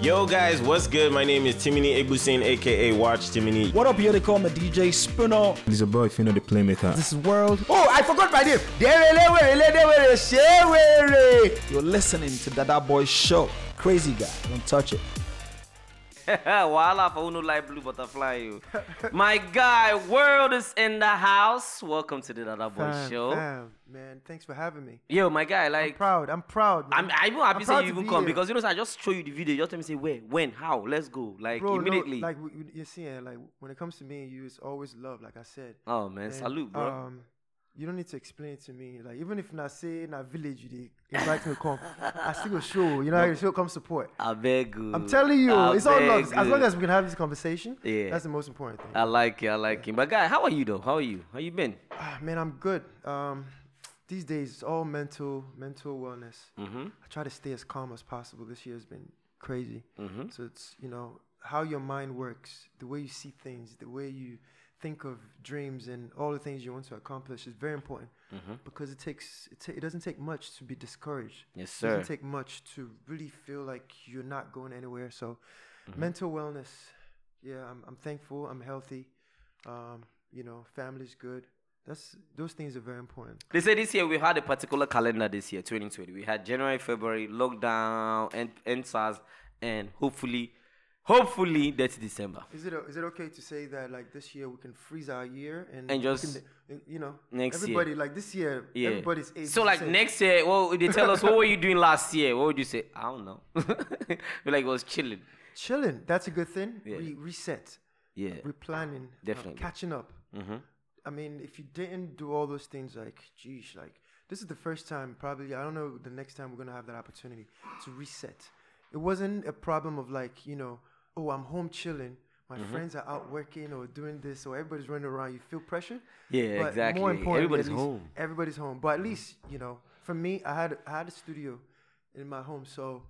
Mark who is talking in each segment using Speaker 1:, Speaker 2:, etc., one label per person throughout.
Speaker 1: Yo, guys, what's good? My name is Timini Igbusin, aka Watch Timini.
Speaker 2: What up, yo? They call me DJ Spinner.
Speaker 3: It's your boy Fino the Playmaker.
Speaker 2: This is World.
Speaker 4: Oh, I forgot my name. Derelewere, Ledewere, Shewere.
Speaker 2: You're listening to Dada Boy Show. Crazy guy, don't touch it.
Speaker 5: Voila Ah, for Uno Light Blue Butterfly. You. My guy, world is in the house. Welcome to the Dada Boy
Speaker 4: Fam,
Speaker 5: Show.
Speaker 4: fam, man, thanks for having me.
Speaker 5: Yo, my guy, like,
Speaker 4: Proud, I'm proud.
Speaker 5: I'm,
Speaker 4: Man.
Speaker 5: I'm even happy
Speaker 4: proud
Speaker 5: that you
Speaker 4: to
Speaker 5: even
Speaker 4: be
Speaker 5: come
Speaker 4: here.
Speaker 5: because you know, so I just show you the video. You just tell me, say, where, when, how, let's go. Like,
Speaker 4: Bro, no,
Speaker 5: immediately.
Speaker 4: like w- w- you're seeing, like when it comes to me and you, it's always love. Like I said.
Speaker 5: oh, man,
Speaker 4: And,
Speaker 5: salute, bro.
Speaker 4: Um, you don't need to explain it to me. Like even if not say in a village, you dey invite me to come. I still go show. You know, I show come support.
Speaker 5: I beg you.
Speaker 4: I'm telling you,
Speaker 5: I
Speaker 4: it's all love.
Speaker 5: beg
Speaker 4: As long
Speaker 5: you.
Speaker 4: as we can have this conversation,
Speaker 5: Yeah.
Speaker 4: that's the most important thing.
Speaker 5: I like it, I like it. But, guy, how are you, though? How are you? How you been?
Speaker 4: Ah, man, I'm good. Um, these days, it's all mental, mental wellness.
Speaker 5: Mm-hmm.
Speaker 4: I try to stay as calm as possible. This year has been crazy.
Speaker 5: Mm-hmm.
Speaker 4: So it's you know how your mind works, the way you see things, the way you think of dreams and all the things you want to accomplish is very important
Speaker 5: Mm-hmm.
Speaker 4: because it takes it, ta- it doesn't take much to be discouraged.
Speaker 5: Yes,
Speaker 4: It doesn't
Speaker 5: sir.
Speaker 4: take much to really feel like you're not going anywhere. So,
Speaker 5: Mm-hmm.
Speaker 4: mental wellness. Yeah, I'm, I'm thankful. I'm healthy. Um, you know, family's good. That's those things are very important.
Speaker 5: They say this year we had a particular calendar this year, 2020. We had January, February, lockdown, and NSAS, and hopefully, hopefully, that's December.
Speaker 4: Is it is it okay to say that like this year we can freeze our year and,
Speaker 5: And
Speaker 4: we
Speaker 5: just
Speaker 4: can, you know
Speaker 5: next year.
Speaker 4: everybody like this year
Speaker 5: Yeah.
Speaker 4: everybody's age
Speaker 5: so
Speaker 4: is
Speaker 5: like
Speaker 4: the same.
Speaker 5: next year, well, they tell us what were you doing last year? What would you say? I don't know. we like it was chilling.
Speaker 4: chilling that's a good thing
Speaker 5: Yeah.
Speaker 4: we reset
Speaker 5: Yeah.
Speaker 4: replanning uh,
Speaker 5: Definitely.
Speaker 4: catching up
Speaker 5: Mm-hmm.
Speaker 4: I mean, if you didn't do all those things, like, geez, like, this is the first time, probably, I don't know, the next time we're going to have that opportunity to reset. It wasn't a problem of, like, you know, oh, I'm home chilling. My
Speaker 5: Mm-hmm.
Speaker 4: friends are out working or doing this, or everybody's running around. You feel pressure.
Speaker 5: Yeah, exactly.
Speaker 4: importantly,
Speaker 5: Everybody's
Speaker 4: at least,
Speaker 5: home. Mm-hmm.
Speaker 4: Everybody's home. But at least, you know, for me, I had I had a studio in my home, so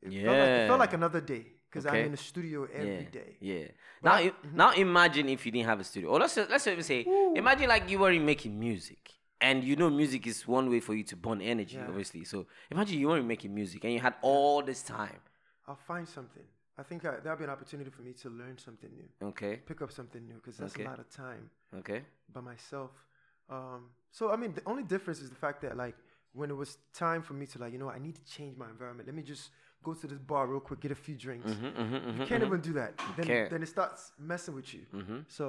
Speaker 4: it, felt, like, it
Speaker 5: Yeah.
Speaker 4: felt like another day because
Speaker 5: Okay.
Speaker 4: I'm in a studio every
Speaker 5: yeah.
Speaker 4: day. Mm-hmm.
Speaker 5: Yeah. Now, i- now imagine if you didn't have a studio. Or let's just- let's even say, imagine like you weren't making music, and you know music is one way for you to burn energy,
Speaker 4: Yeah.
Speaker 5: obviously. So imagine you weren't making music, and you had all this time.
Speaker 4: I'll find something. I think I, that'll be an opportunity for me to learn something new.
Speaker 5: Okay.
Speaker 4: pick up something new because that's
Speaker 5: Okay.
Speaker 4: a lot of time
Speaker 5: Okay.
Speaker 4: by myself. Um, so I mean, the only difference is the fact that like when it was time for me to like, you know, I need to change my environment. Let me just go to this bar real quick, get a few drinks.
Speaker 5: Mm-hmm,
Speaker 4: You can't even do that. Then
Speaker 5: can't. Mm-hmm.
Speaker 4: then it starts messing with you. So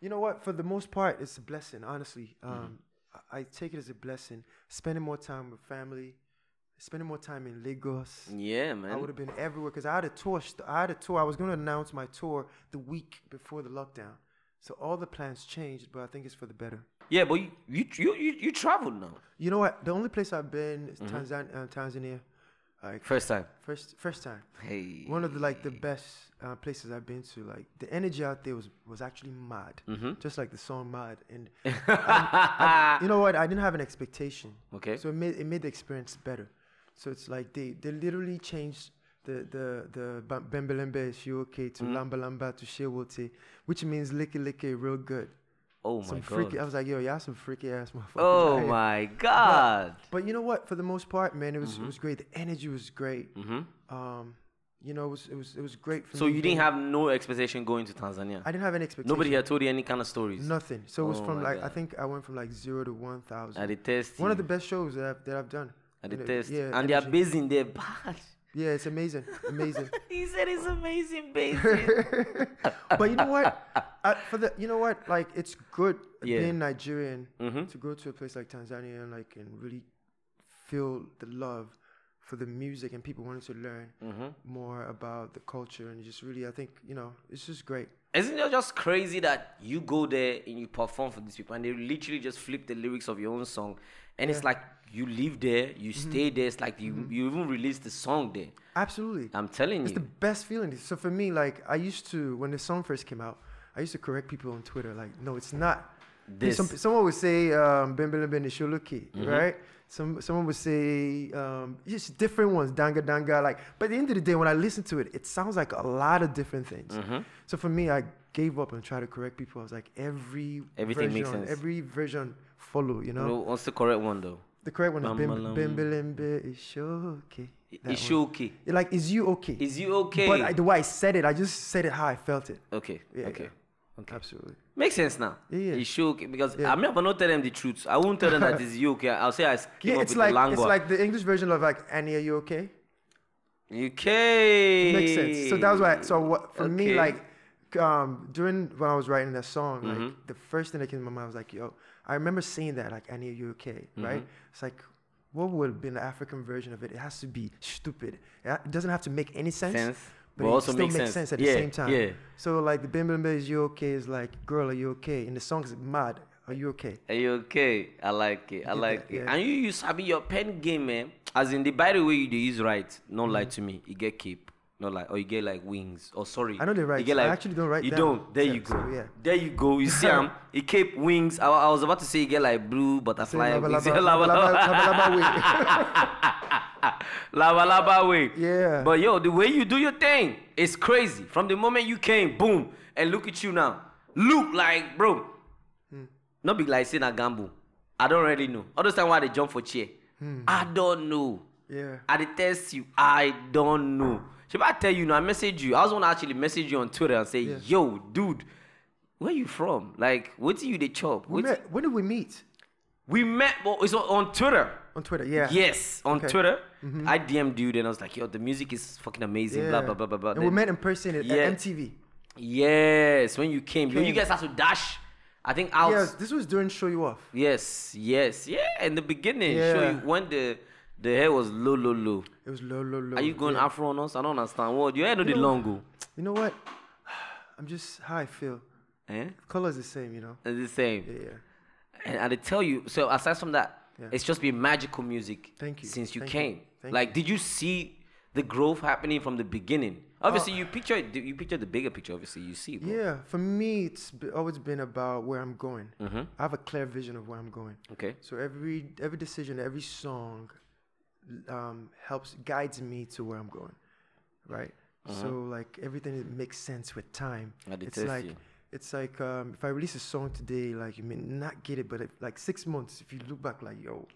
Speaker 4: you know what? For the most part, it's a blessing. Honestly,
Speaker 5: Mm-hmm.
Speaker 4: um, I, I take it as a blessing. Spending more time with family, spending more time in Lagos.
Speaker 5: Yeah, man.
Speaker 4: I would have been everywhere because I had a tour. st- I had a tour. I was going to announce my tour the week before the lockdown, so all the plans changed. But I think it's for the better.
Speaker 5: Yeah, but you you you you, you traveled now.
Speaker 4: You know what? The only place I've been is Tanzan- uh, Tanzania. Like
Speaker 5: First time.
Speaker 4: first, first time.
Speaker 5: Hey.
Speaker 4: One of the like the best uh, places I've been to. Like the energy out there was was actually mad,
Speaker 5: Mm-hmm.
Speaker 4: just like the song "Mad." And I- you know what? I didn't have an expectation.
Speaker 5: Okay.
Speaker 4: So it made it made the experience better. So it's like they they literally changed the the the Ba- Bembelembe Shioke
Speaker 5: Mm-hmm.
Speaker 4: to Lamba Lamba to Shewote, which means licky licky real good.
Speaker 5: oh my
Speaker 4: Some
Speaker 5: god.
Speaker 4: freaky. I was like, yo, y'all some freaky ass motherfuckers. out
Speaker 5: oh
Speaker 4: here.
Speaker 5: my god.
Speaker 4: But you know what? For the most part, man, it was
Speaker 5: Mm-hmm.
Speaker 4: it was great. The energy was great. Um, you know, it was it was it was great for
Speaker 5: So
Speaker 4: me.
Speaker 5: you
Speaker 4: being-
Speaker 5: didn't have no expectation going to Tanzania.
Speaker 4: I didn't have any expectation.
Speaker 5: Nobody had told you any kind of stories.
Speaker 4: Nothing. So it was
Speaker 5: Oh
Speaker 4: from
Speaker 5: my
Speaker 4: like I
Speaker 5: God.
Speaker 4: think I went from like zero to one thousand.
Speaker 5: At the test.
Speaker 4: One of the best shows that I've, that I've done.
Speaker 5: at the
Speaker 4: And it-
Speaker 5: test.
Speaker 4: Yeah,
Speaker 5: and they are
Speaker 4: energy.
Speaker 5: based in there. Bad.
Speaker 4: Yeah, it's amazing, amazing.
Speaker 5: He said it's amazing basis.
Speaker 4: but you know what? I, for the you know what? Like it's good
Speaker 5: Yeah.
Speaker 4: being Nigerian to go to a place like Tanzania and like and really feel the love for the music and people wanting to learn more about the culture and just really I think you know it's just great.
Speaker 5: Isn't it just crazy that you go there and you perform for these people and they literally just flip the lyrics of your own song and it's like you live there, you
Speaker 4: Mm-hmm.
Speaker 5: stay there, it's like you, you even release the song there.
Speaker 4: Absolutely.
Speaker 5: I'm telling
Speaker 4: It's
Speaker 5: you.
Speaker 4: the best feeling. So for me, like I used to when the song first came out, I used to correct people on Twitter. Like, no, it's not.
Speaker 5: This. Mm-hmm.
Speaker 4: Some, someone would say um, "Bembele Benisholuki," right? Some someone would say um, just different ones, danga danga. Like, but at the end of the day, when I listen to it, it sounds like a lot of different things.
Speaker 5: Mm-hmm.
Speaker 4: So for me, I gave up and tried to correct people. I was like, every
Speaker 5: Everything makes
Speaker 4: version-
Speaker 5: sense.
Speaker 4: Every version follow, you know.
Speaker 5: No, what's the correct one though?
Speaker 4: The correct one is bim
Speaker 5: Bambalam.
Speaker 4: bim bilimbe, it's okay. That
Speaker 5: Is she
Speaker 4: one.
Speaker 5: okay?
Speaker 4: It, Like, is you okay?
Speaker 5: Is you okay?
Speaker 4: But I, the way I said it, I just said it how I felt it.
Speaker 5: okay.
Speaker 4: Yeah,
Speaker 5: okay.
Speaker 4: yeah. Absolutely.
Speaker 5: Makes sense now.
Speaker 4: Yeah, yeah.
Speaker 5: Is she okay? Because
Speaker 4: Yeah.
Speaker 5: I'm not gonna tell them the truth. I won't tell them that is you okay. I'll say I came
Speaker 4: Yeah,
Speaker 5: up
Speaker 4: it's
Speaker 5: with
Speaker 4: like
Speaker 5: the language.
Speaker 4: it's like the English version of like Annie, are you okay?
Speaker 5: Okay.
Speaker 4: Makes sense. So that was why. So what for me,
Speaker 5: Okay.
Speaker 4: like um, during when I was writing that song, like
Speaker 5: Mm-hmm.
Speaker 4: the first thing that came to my mind was like, "Yo," I remember seeing that like Annie, are you okay?
Speaker 5: Mm-hmm.
Speaker 4: Right? It's like. What would have been the African version of it? It has to be stupid. It ha- it doesn't have to make any sense,
Speaker 5: Sense,
Speaker 4: but,
Speaker 5: but
Speaker 4: it
Speaker 5: also
Speaker 4: still
Speaker 5: makes
Speaker 4: makes sense,
Speaker 5: sense.
Speaker 4: at
Speaker 5: Yeah,
Speaker 4: the same time.
Speaker 5: yeah.
Speaker 4: So like the bim bim bim is you okay is like girl are you okay? And the song is mad. Are you okay?
Speaker 5: Are you okay? I like it. I
Speaker 4: did
Speaker 5: like
Speaker 4: that,
Speaker 5: it.
Speaker 4: yeah.
Speaker 5: And you you sabi your pen game, man. As in the by the way you dey use right, no lie to me. You get cape. No lie. Or you get like wings. Or sorry.
Speaker 4: I know they
Speaker 5: You
Speaker 4: write.
Speaker 5: get
Speaker 4: I
Speaker 5: like,
Speaker 4: actually don't write
Speaker 5: You
Speaker 4: down
Speaker 5: don't. There you
Speaker 4: steps,
Speaker 5: go.
Speaker 4: so yeah.
Speaker 5: There you go. You see him. He cape wings. I, I was about to say you get like blue butterfly.
Speaker 4: Laba,
Speaker 5: wings.
Speaker 4: laba,
Speaker 5: Laba,
Speaker 4: laba, laba, laba, wait.
Speaker 5: lava lava way.
Speaker 4: Yeah.
Speaker 5: But yo, the way you do your thing is crazy. From the moment you came, boom, and look at you now. Look like bro.
Speaker 4: Hmm.
Speaker 5: Not be like saying a gamble. I don't really know. Understand why they jump for chair. I don't know.
Speaker 4: Hmm. Yeah.
Speaker 5: I detest you. I don't know. Should I tell you now? I message you. I was gonna actually message you on Twitter and say,
Speaker 4: Yeah.
Speaker 5: yo, dude, where you from? Like, what do you the chop?
Speaker 4: We
Speaker 5: What-
Speaker 4: met, when did we meet?
Speaker 5: we met well, it's on- on Twitter.
Speaker 4: On Twitter, yeah.
Speaker 5: Yes, on
Speaker 4: Okay. Mm-hmm.
Speaker 5: Twitter. I DM'd you and I was like, yo, the music is fucking amazing, blah,
Speaker 4: Yeah.
Speaker 5: blah, blah, blah, blah.
Speaker 4: And we
Speaker 5: Then-
Speaker 4: met in person at, at
Speaker 5: Yeah.
Speaker 4: MTV.
Speaker 5: Yes, when you came, yo, you
Speaker 4: Came.
Speaker 5: guys had to dash, I think, out.
Speaker 4: Yes, this was during Show You Off.
Speaker 5: Yes, yes, yeah, in the beginning. Show
Speaker 4: Yeah.
Speaker 5: you when the the hair was low, low, low.
Speaker 4: It was low, low, low.
Speaker 5: Are you going
Speaker 4: yeah.
Speaker 5: afro on us? I don't understand. What? Your hair no the long oh. go.
Speaker 4: You know what? I'm just how I feel.
Speaker 5: Eh?
Speaker 4: Color's the same, you know?
Speaker 5: It's the same.
Speaker 4: Yeah, yeah.
Speaker 5: And, and I tell you, so aside from that,
Speaker 4: Yeah.
Speaker 5: it's just been magical music.
Speaker 4: Thank you,
Speaker 5: Since you
Speaker 4: thank you,
Speaker 5: came,
Speaker 4: thank
Speaker 5: like, did you see the growth happening from the beginning? Obviously, you picture it- you picture the bigger picture. Obviously, you see. Bro.
Speaker 4: Oh. Yeah, for me, it's b- always been about where I'm going.
Speaker 5: Mm-hmm.
Speaker 4: I have a clear vision of where I'm going.
Speaker 5: Okay.
Speaker 4: So every every decision, every song, um, helps guides me to where I'm going, right?
Speaker 5: Uh-huh.
Speaker 4: So like everything it makes sense with time.
Speaker 5: I
Speaker 4: It's
Speaker 5: detest
Speaker 4: like
Speaker 5: you.
Speaker 4: it's like um, if I release a song today, like you may not get it, but if, like six months, if you look back, like yo,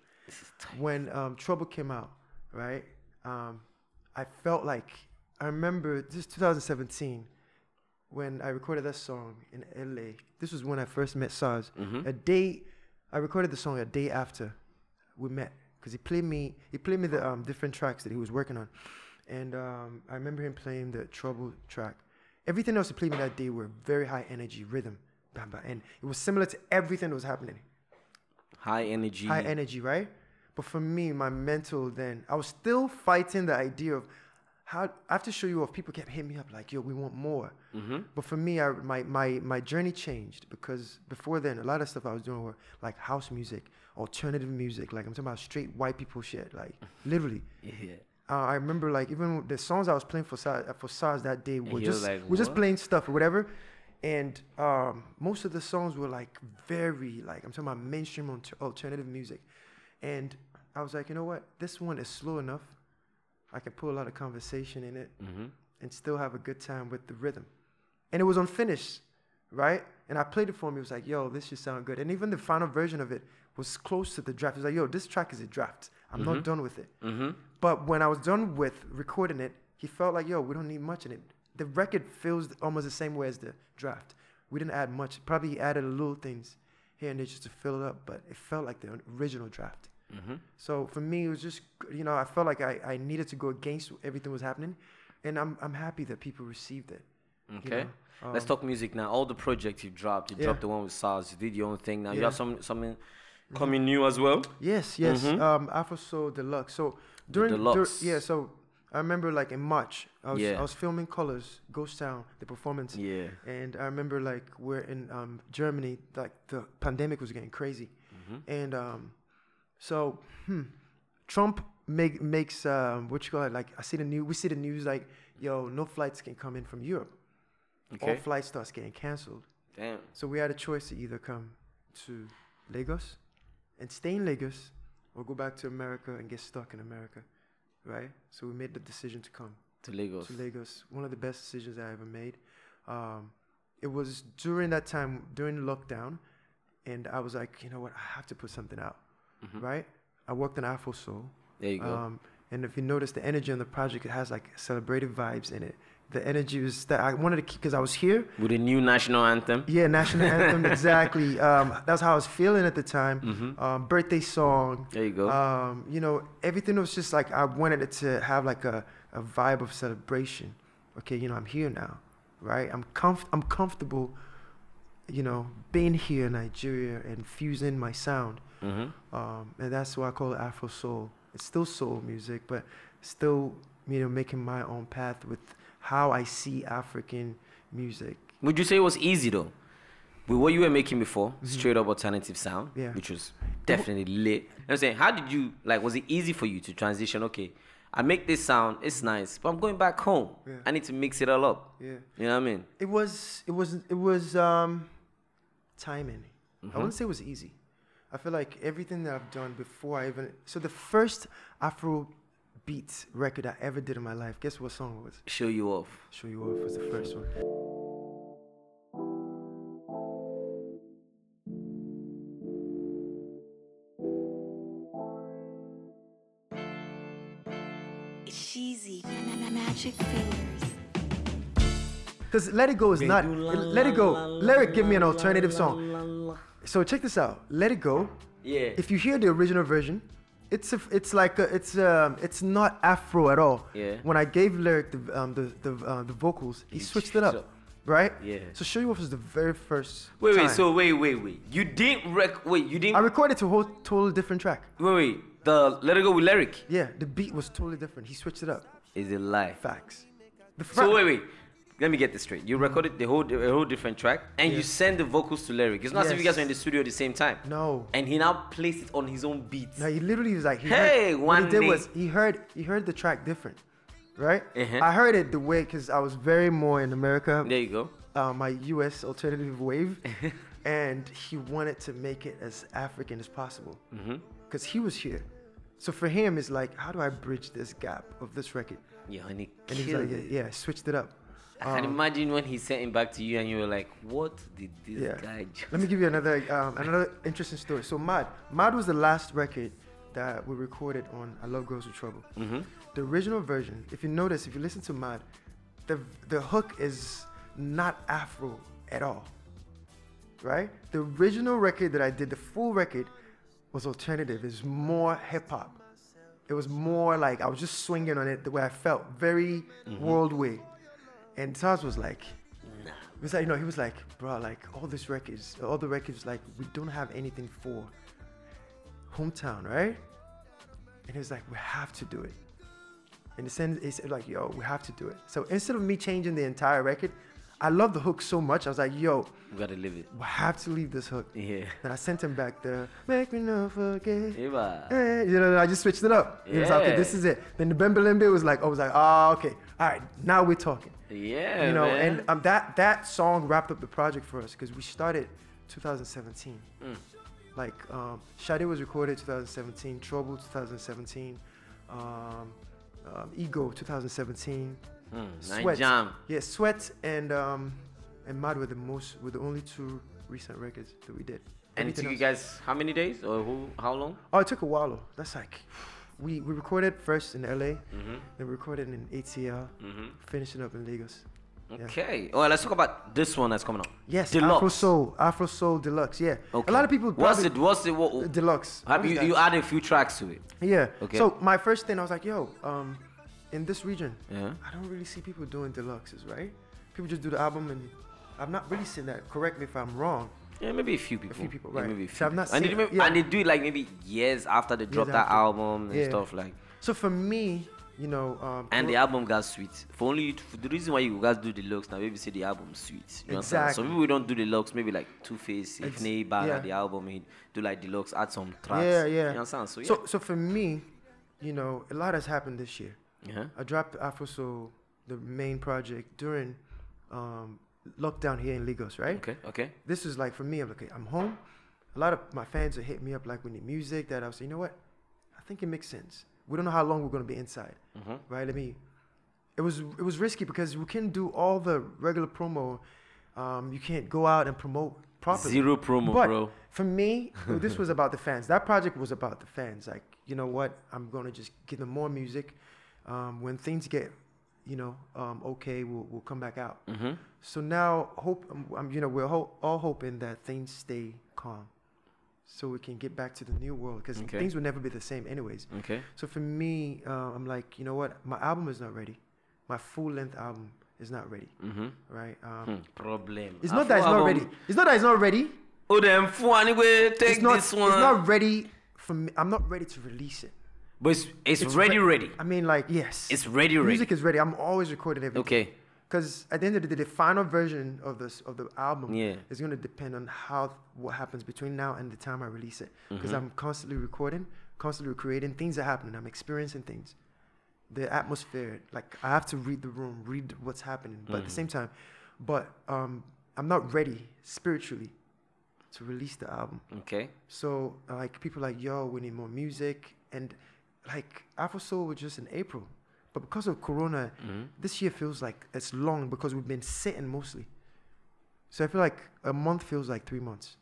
Speaker 4: when um, Trouble came out, right? Um, I felt like I remember this is 2017 when I recorded that song in LA. This was when I first met Saz. A day, I recorded the song a day after we met because he played me he played me the um, different tracks that he was working on, and um, I remember him playing the Trouble track. Everything else he played me that day were very high energy rhythm, bam, bam, and it was similar to everything that was happening
Speaker 5: High energy.
Speaker 4: high energy, right? But for me, my mental then, I was still fighting the idea of how I have to show you off. People kept hitting me up like, "Yo, we want more."
Speaker 5: Mm-hmm.
Speaker 4: But for me, I, my my my journey changed because before then, a lot of stuff I was doing were like house music, alternative music. Like I'm talking about straight white people shit, like literally.
Speaker 5: Yeah.
Speaker 4: Uh, I remember like even the songs I was playing for SARS, for SARS that day were
Speaker 5: you're
Speaker 4: just
Speaker 5: like,
Speaker 4: we're just
Speaker 5: "What?"
Speaker 4: playing stuff or whatever, and um, most of the songs were like very like I'm talking about mainstream alter- alternative music, and I was like, you know what, this one is slow enough, I can put a lot of conversation in it,
Speaker 5: Mm-hmm.
Speaker 4: and still have a good time with the rhythm, and it was unfinished, right? And I played it for him. He was like, yo, this should sound good, and even the final version of it was close to the draft. He was like, yo, this track is a draft. I'm not done with it. But when I was done with recording it, he felt like, yo, we don't need much in it. The record feels almost the same way as the draft. We didn't add much. Probably he added little things here and there just to fill it up, but it felt like the original draft. So for me, it was just, you know, I felt like I, I needed to go against everything was happening. And I'm, I'm happy that people received it. you
Speaker 5: Okay.
Speaker 4: know? um,
Speaker 5: Let's talk music now. All the projects you've dropped, you
Speaker 4: Yeah.
Speaker 5: dropped the one with SARS, you did your own thing. Now you
Speaker 4: Yeah. Mm-hmm.
Speaker 5: have some something coming new as well.
Speaker 4: Yes, yes. Um, Afro Soul Deluxe. So during, dur-
Speaker 5: Mm-hmm. Deluxe.
Speaker 4: yeah. So I remember like in March, I was
Speaker 5: Yeah.
Speaker 4: I was filming Colors, Ghost Town, the performance.
Speaker 5: Yeah.
Speaker 4: And I remember like we're in um, Germany, like the pandemic was getting crazy,
Speaker 5: Mm-hmm.
Speaker 4: and um, so hmm, Trump make makes um, what you call it like I see the news. We see the news like yo, no flights can come in from Europe. All
Speaker 5: Okay.
Speaker 4: flights starts getting canceled.
Speaker 5: Damn.
Speaker 4: So we had a choice to either come to Lagos and stay in Lagos or go back to America and get stuck in America, right? So we made the decision to come
Speaker 5: To Lagos.
Speaker 4: to Lagos. One of the best decisions I ever made. Um, it was during that time, during lockdown, and I was like, you know what, I have to put something out, right? I worked in Afro Soul.
Speaker 5: Mm-hmm. There you go.
Speaker 4: Um, and if you notice the energy on the project, it has like celebrative vibes in it. The energy was that I wanted to keep because I was here.
Speaker 5: With a new national anthem.
Speaker 4: Yeah, national anthem exactly. Um, that's how I was feeling at the time. Um, birthday song.
Speaker 5: Mm-hmm. There you go.
Speaker 4: Um, you know, everything was just like I wanted it to have like a, a vibe of celebration. Okay, you know, I'm here now, right? I'm comf- I'm comfortable. You know, being here in Nigeria and fusing my sound,
Speaker 5: Mm-hmm.
Speaker 4: um, and that's why I call it Afro soul. It's still soul music, but still, you know, making my own path with how I see African music.
Speaker 5: Would you say it was easy though? With what you were making before, straight up alternative sound,
Speaker 4: Mm-hmm. Yeah.
Speaker 5: which was definitely lit. I'm saying, how did you like? Was it easy for you to transition? Okay, I make this sound, it's nice, but I'm going back home.
Speaker 4: Yeah.
Speaker 5: I need to mix it all up.
Speaker 4: Yeah.
Speaker 5: You know what I mean?
Speaker 4: it was it was it was um timing i wouldn't say it was easy i feel like everything that i've done before i even so the first afro beat record i ever did in my life guess what song it was
Speaker 5: Show you off.
Speaker 4: show you off was the first one
Speaker 6: Sheezy. Ma- ma- Magic fingers.
Speaker 4: because let it go is not let it go lyric give me an alternative song so check this out let it go
Speaker 5: Yeah.
Speaker 4: if you hear the original version, it's a, it's like a, it's um it's not Afro at all.
Speaker 5: Yeah.
Speaker 4: When I gave lyric the um the the, uh, the vocals, he
Speaker 5: You
Speaker 4: switched it
Speaker 5: switched
Speaker 4: up,
Speaker 5: up.
Speaker 4: right?
Speaker 5: Yeah.
Speaker 4: So show you off was the very first.
Speaker 5: wait, wait.
Speaker 4: time.
Speaker 5: So wait, wait, wait. You didn't rec. Wait, you didn't.
Speaker 4: I recorded to a whole totally different track.
Speaker 5: wait, wait. The let it go with lyric
Speaker 4: Yeah, the beat was totally different. He switched it up.
Speaker 5: is a lie.
Speaker 4: Facts. The
Speaker 5: So
Speaker 4: fir-
Speaker 5: wait, wait. Let me get this straight. You recorded the whole a whole different track, and you send the vocals to lyric. It's not as if you guys
Speaker 4: Yes.
Speaker 5: were in the studio at the same time.
Speaker 4: No.
Speaker 5: And he now plays it on his own beat.
Speaker 4: Now he literally was like, he
Speaker 5: Hey,
Speaker 4: heard,
Speaker 5: one
Speaker 4: what he did
Speaker 5: knee.
Speaker 4: was he heard he heard the track different, right?
Speaker 5: Uh-huh.
Speaker 4: I heard it the way because I was very more in America.
Speaker 5: There you go.
Speaker 4: uh, my U.S. alternative wave, and he wanted to make it as African as possible because he was here. So for him, it's like, how do I bridge this gap of this record?
Speaker 5: Yeah, and he
Speaker 4: And
Speaker 5: killed
Speaker 4: he's like, um,
Speaker 5: it.
Speaker 4: yeah, yeah, I switched it up.
Speaker 5: I can imagine when he sent it back to you, and you were like, "What did this
Speaker 4: Yeah.
Speaker 5: guy just?"
Speaker 4: Let me give you another um, another interesting story. So Mad, Mad was the last record that we recorded on I Love Girls with Trouble.
Speaker 5: Mm-hmm.
Speaker 4: The original version, if you notice, if you listen to Mad, the the hook is not Afro at all. Right? The original record that I did, the full record, was alternative. It's more hip hop. It was more like I was just swinging on it the way I felt, very
Speaker 5: Mm-hmm.
Speaker 4: world way. And Taz was like, it was like, you know, he was like, bro, like all these records, all the records, like we don't have anything for hometown, right? And he was like, we have to do it. In the sense, it's like, yo, we have to do it. So instead of me changing the entire record, I love the hook so much. I was like, yo,
Speaker 5: We gotta live it.
Speaker 4: we have to leave this hook.
Speaker 5: Yeah.
Speaker 4: Then I sent him back the make me not forget.
Speaker 5: Eva.
Speaker 4: Eh, You know, I just switched it up. He was like, okay,
Speaker 5: Yeah.
Speaker 4: this is it. Then the Bembelembe was like, I was like, ah, okay, all right, now we're talking
Speaker 5: Yeah.
Speaker 4: you know,
Speaker 5: man.
Speaker 4: and um, that that song wrapped up the project for us because we started 2017.
Speaker 5: Mm.
Speaker 4: Like um, Shade was recorded 2017, Trouble 2017, um, um, Ego 2017,
Speaker 5: Nine Mm, Hmm, Jam.
Speaker 4: yeah, Sweat and um, and Mad were the most were the only two recent records that we did.
Speaker 5: And it took
Speaker 4: Everything
Speaker 5: you
Speaker 4: else-
Speaker 5: guys how many days or who? How long?
Speaker 4: Oh, it took a while. though. That's like, we, we recorded first in LA,
Speaker 5: Mm-hmm.
Speaker 4: then we recorded in ATL, finishing up in Lagos. Yeah.
Speaker 5: Okay. All right. Let's talk about this one that's coming out.
Speaker 4: Yes,
Speaker 5: Deluxe.
Speaker 4: Afro Soul, Afro Soul Deluxe. Yeah, a lot of people.
Speaker 5: What's it?
Speaker 4: probably-
Speaker 5: What's it? What?
Speaker 4: Deluxe.
Speaker 5: Have
Speaker 4: What is
Speaker 5: you,
Speaker 4: that?
Speaker 5: you add a few tracks to it.
Speaker 4: yeah.
Speaker 5: Okay.
Speaker 4: So my first thing, I was like, yo, um, in this region,
Speaker 5: Yeah.
Speaker 4: I don't really see people doing deluxes, right? People just do the album, and I've not really seen that. Correct me if I'm wrong.
Speaker 5: Yeah, maybe a few people.
Speaker 4: few people,
Speaker 5: Yeah,
Speaker 4: right.
Speaker 5: maybe a
Speaker 4: So
Speaker 5: few
Speaker 4: I've not
Speaker 5: people. and,
Speaker 4: seen
Speaker 5: they,
Speaker 4: it,
Speaker 5: maybe,
Speaker 4: yeah.
Speaker 5: and they do it like maybe years after they dropped that
Speaker 4: after.
Speaker 5: album and
Speaker 4: Yeah.
Speaker 5: stuff like.
Speaker 4: So for me, you know, um,
Speaker 5: And the
Speaker 4: Correct-
Speaker 5: album got sweet. For only you- for the reason why you guys do the looks now, maybe say the album sweet. You know what I'm saying?
Speaker 4: Exactly.
Speaker 5: So maybe we don't do the looks. Maybe like Two Face, if
Speaker 4: Ex-
Speaker 5: Nay bad
Speaker 4: yeah.
Speaker 5: at the album, he do like the looks, add some tracks.
Speaker 4: yeah,
Speaker 5: You know
Speaker 4: yeah.
Speaker 5: what I'm saying? So yeah.
Speaker 4: so so for me, you know, a lot has happened this year.
Speaker 5: yeah.
Speaker 4: I dropped Afro Soul, the main project during um, lockdown here in Lagos, right?
Speaker 5: Okay. Okay.
Speaker 4: this is like for me. I'm like, okay, I'm home. A lot of my fans are hitting me up like we need music. That I was, you know what? I think it makes sense. We don't know how long we're gonna be inside, right? Let me. It was it was risky because we couldn't do all the regular promo. Um, you can't go out and promote properly.
Speaker 5: Zero promo,
Speaker 4: But
Speaker 5: bro.
Speaker 4: For me, this was about the fans. That project was about the fans. Like you know what, I'm gonna just give them more music. Um, when things get, you know, um, okay, we'll, we'll come back out.
Speaker 5: Mm-hmm.
Speaker 4: So now, hope, um, um, you know, we're ho- all hoping that things stay calm, so we can get back to the new world because
Speaker 5: Okay.
Speaker 4: things will never be the same, anyways.
Speaker 5: Okay.
Speaker 4: So for me, uh, I'm like, you know what, my album is not ready, my full length album is not ready,
Speaker 5: Mm-hmm.
Speaker 4: right? Um,
Speaker 5: Hmm. Problem.
Speaker 4: It's not that it's not ready. It's not that it's not ready.
Speaker 5: Oh, them fool, anyway, take
Speaker 4: It's not.
Speaker 5: this one.
Speaker 4: It's not ready for me. I'm not ready to release it.
Speaker 5: but it's, it's,
Speaker 4: It's
Speaker 5: ready,
Speaker 4: re-
Speaker 5: ready.
Speaker 4: I mean, like yes.
Speaker 5: It's ready, ready.
Speaker 4: Music is ready. I'm always recording everything.
Speaker 5: Okay.
Speaker 4: Because at the end of the day, the final version of this of the album
Speaker 5: Yeah.
Speaker 4: is going to depend on how what happens between now and the time I release it.
Speaker 5: Mm-hmm.
Speaker 4: Because I'm constantly recording, constantly creating. Things are happening. I'm experiencing things. The atmosphere. Like I have to read the room, read what's happening. But
Speaker 5: Mm-hmm.
Speaker 4: at the same time, but um, I'm not ready spiritually to release the album.
Speaker 5: Okay.
Speaker 4: So like people like yo, we need more music, and like Afro Soul was just in April, but because of Corona,
Speaker 5: Mm-hmm.
Speaker 4: this year feels like it's long because we've been sitting mostly. So I feel like a month feels like three months,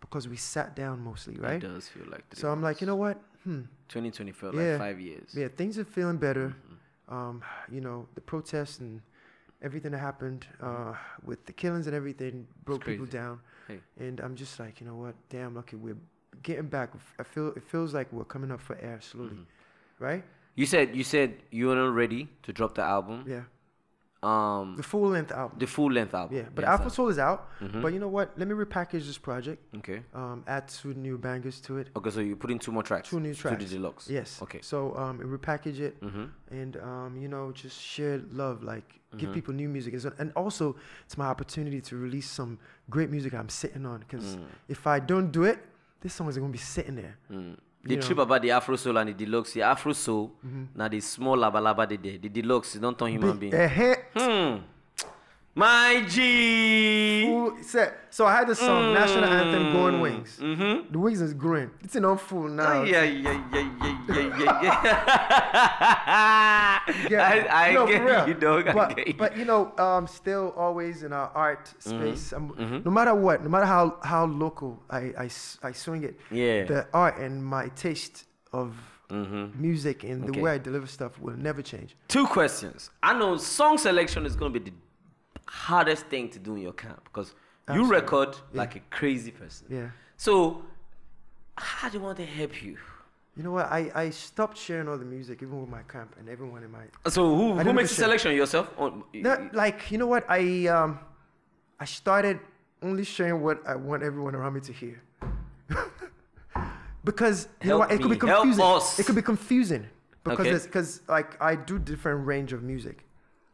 Speaker 4: because we sat down mostly,
Speaker 5: It
Speaker 4: right?
Speaker 5: does feel like. Three
Speaker 4: So I'm like, you know what? Hmm.
Speaker 5: 2020 felt
Speaker 4: Yeah.
Speaker 5: like five years.
Speaker 4: Yeah, things are feeling better. Um, you know, the protests and everything that happened uh, with the killings and everything broke people
Speaker 5: crazy.
Speaker 4: down.
Speaker 5: Hey.
Speaker 4: And I'm just like, you know what? Damn, okay, we're getting back. I feel it feels like we're coming up for air slowly,
Speaker 5: Mm-hmm.
Speaker 4: right?
Speaker 5: You said you said you were not ready to drop the album.
Speaker 4: Yeah,
Speaker 5: Um,
Speaker 4: the full length album.
Speaker 5: the full length album.
Speaker 4: yeah, but
Speaker 5: Yes,
Speaker 4: Alpha
Speaker 5: sir.
Speaker 4: Soul is out.
Speaker 5: Mm-hmm.
Speaker 4: But you know what? Let me repackage this project.
Speaker 5: Okay.
Speaker 4: Um, add two new bangers to it.
Speaker 5: Okay, so you put in two more tracks.
Speaker 4: Two new
Speaker 5: To
Speaker 4: tracks.
Speaker 5: the deluxe.
Speaker 4: Yes.
Speaker 5: Okay.
Speaker 4: So um, repackage it, and um, you know, just share love, like give people new music, It's- and also it's my opportunity to release some great music I'm sitting on. Because if I don't do it, this song is gonna be sitting there.
Speaker 5: The
Speaker 4: you
Speaker 5: trip
Speaker 4: know. Mm-hmm.
Speaker 5: about the Afro Soul and the Deluxe, the Afro Soul, now the small laba laba they did. The Deluxe, don't turn human being.
Speaker 4: Eh, heh.
Speaker 5: Hmm. My G.
Speaker 4: Ooh, set. So I had the song National Anthem Going Wings. The wings is growing. It's an full now.
Speaker 5: Yeah, yeah, yeah, yeah, yeah, yeah, yeah. I, I
Speaker 4: no, for
Speaker 5: get
Speaker 4: real.
Speaker 5: you, dog. I
Speaker 4: But,
Speaker 5: get you. Mm-hmm.
Speaker 4: but you know, um, still always in our art space. I'm- No matter what, no matter how how local I I, s- I swing it,
Speaker 5: Yeah. Mm-hmm.
Speaker 4: the art and my taste of music and the
Speaker 5: Okay.
Speaker 4: way I deliver stuff will never change.
Speaker 5: Two questions. I know song selection is going to be the hardest thing to do in your camp because you record like a crazy person.
Speaker 4: Yeah.
Speaker 5: So, how do you want to help you?
Speaker 4: You know what? I, I stopped sharing all the music, even with my camp and everyone in my.
Speaker 5: So, who, who
Speaker 4: didn't
Speaker 5: makes the
Speaker 4: appreciate-
Speaker 5: selection? Yourself? Or,
Speaker 4: No, like you know what? I um, I started only sharing what I want everyone around me to hear. because you know
Speaker 5: Help
Speaker 4: what? It could be
Speaker 5: me. Help
Speaker 4: confusing.
Speaker 5: us.
Speaker 4: It could be confusing because
Speaker 5: Okay.
Speaker 4: it's because like I do different range of music,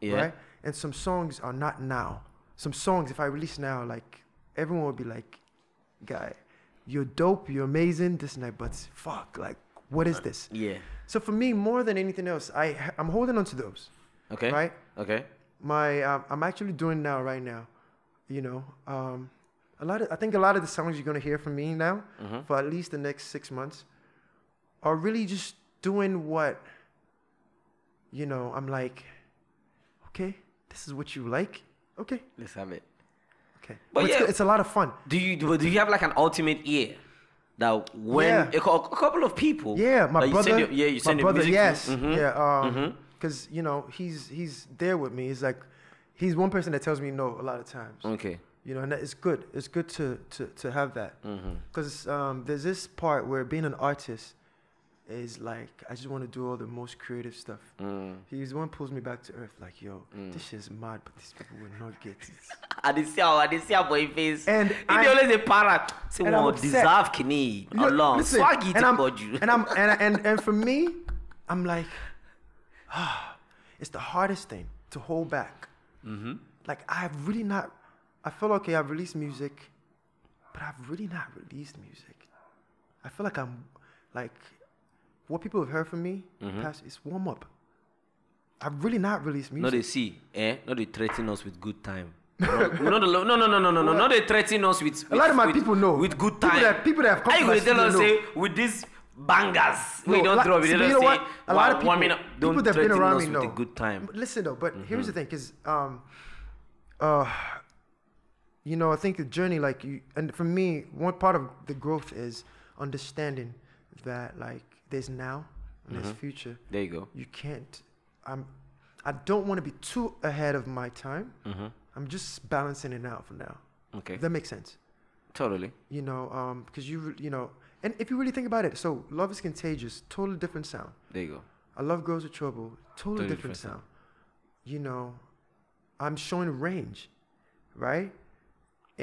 Speaker 5: Yeah.
Speaker 4: right? And some songs are not now. Some songs, if I release now, like everyone would be like, "Guy, you're dope. You're amazing. This and that." But fuck, like, what is this?
Speaker 5: yeah.
Speaker 4: So for me, more than anything else, I I'm holding on to those
Speaker 5: Okay.
Speaker 4: Right?
Speaker 5: Okay.
Speaker 4: my um, I'm actually doing now right now. You know, um, a lot of I think a lot of the songs you're gonna hear from me now
Speaker 5: Mm-hmm.
Speaker 4: for at least the next six months are really just doing what you know. I'm like, okay, this is what you like. Okay,
Speaker 5: Let's have it.
Speaker 4: okay.
Speaker 5: But
Speaker 4: it's,
Speaker 5: yeah.
Speaker 4: good. it's a lot of fun.
Speaker 5: Do you do, do you have like an ultimate ear? That when
Speaker 4: Yeah.
Speaker 5: a, cou- a couple of people.
Speaker 4: Yeah, my
Speaker 5: that you
Speaker 4: brother.
Speaker 5: Send your, yeah, you send
Speaker 4: my
Speaker 5: your
Speaker 4: brother.
Speaker 5: music to-
Speaker 4: yes,
Speaker 5: Mhm.
Speaker 4: yeah. Because you know he's he's there with me. He's like, he's one person that tells me no a lot of times.
Speaker 5: Okay.
Speaker 4: you know, and that- it's good. It's good to to to have that because um, there's this part where being an artist is like I just want to do all the most creative stuff. He's the one pulls me back to earth, like yo, this is mad, but these people will not get it.
Speaker 5: I didn't see how I didn't see how boy face.
Speaker 4: And
Speaker 5: he
Speaker 4: I'm-
Speaker 5: always a para. Say
Speaker 4: and I'm
Speaker 5: one
Speaker 4: upset.
Speaker 5: deserve kini
Speaker 4: Look,
Speaker 5: along
Speaker 4: listen,
Speaker 5: swaggy
Speaker 4: and
Speaker 5: to
Speaker 4: I'm,
Speaker 5: bod you.
Speaker 4: and I'm and, I- and and for me, I'm like, ah, it's the hardest thing to hold back.
Speaker 5: Mm-hmm.
Speaker 4: Like I've really not. I feel okay. I've released music, but I've really not released music. I feel like I'm like what people have heard from me. Past, it's warm up. I've really not released
Speaker 5: Mm-hmm. No,
Speaker 4: music.
Speaker 5: they see, eh? No, they threaten us with good time. no, no, no, no, no, no, no, no, no, they threaten us with,
Speaker 4: A lot of my
Speaker 5: with-
Speaker 4: people know.
Speaker 5: with good
Speaker 4: People
Speaker 5: time.
Speaker 4: that- people that have come
Speaker 5: How you
Speaker 4: to
Speaker 5: gonna
Speaker 4: my
Speaker 5: tell us
Speaker 4: studio
Speaker 5: say with these bangers we
Speaker 4: No,
Speaker 5: don't
Speaker 4: like-
Speaker 5: drop. We
Speaker 4: see, but
Speaker 5: don't
Speaker 4: you know
Speaker 5: say
Speaker 4: what? A lot of
Speaker 5: "Wa-
Speaker 4: people,
Speaker 5: warming up, don't
Speaker 4: people that have been
Speaker 5: threaten
Speaker 4: around
Speaker 5: us
Speaker 4: me
Speaker 5: with
Speaker 4: know.
Speaker 5: a good time. Mm-hmm.
Speaker 4: But Listen though, but here's the thing, because um, uh, you know, I think the journey, like you, and for me, one part of the growth is understanding that like There's now and there's
Speaker 5: Mm-hmm.
Speaker 4: future.
Speaker 5: There you go.
Speaker 4: You can't. I'm. I don't want to be too ahead of my time. I'm just balancing it out for now.
Speaker 5: Mm-hmm. Okay.
Speaker 4: If that makes sense.
Speaker 5: Totally.
Speaker 4: You know, um, because you re- you know, and if you really think about it, so love is contagious. Totally different sound.
Speaker 5: There you go.
Speaker 4: I love girls with trouble. Totally
Speaker 5: Totally
Speaker 4: different
Speaker 5: different
Speaker 4: sound. You know, I'm showing range, right?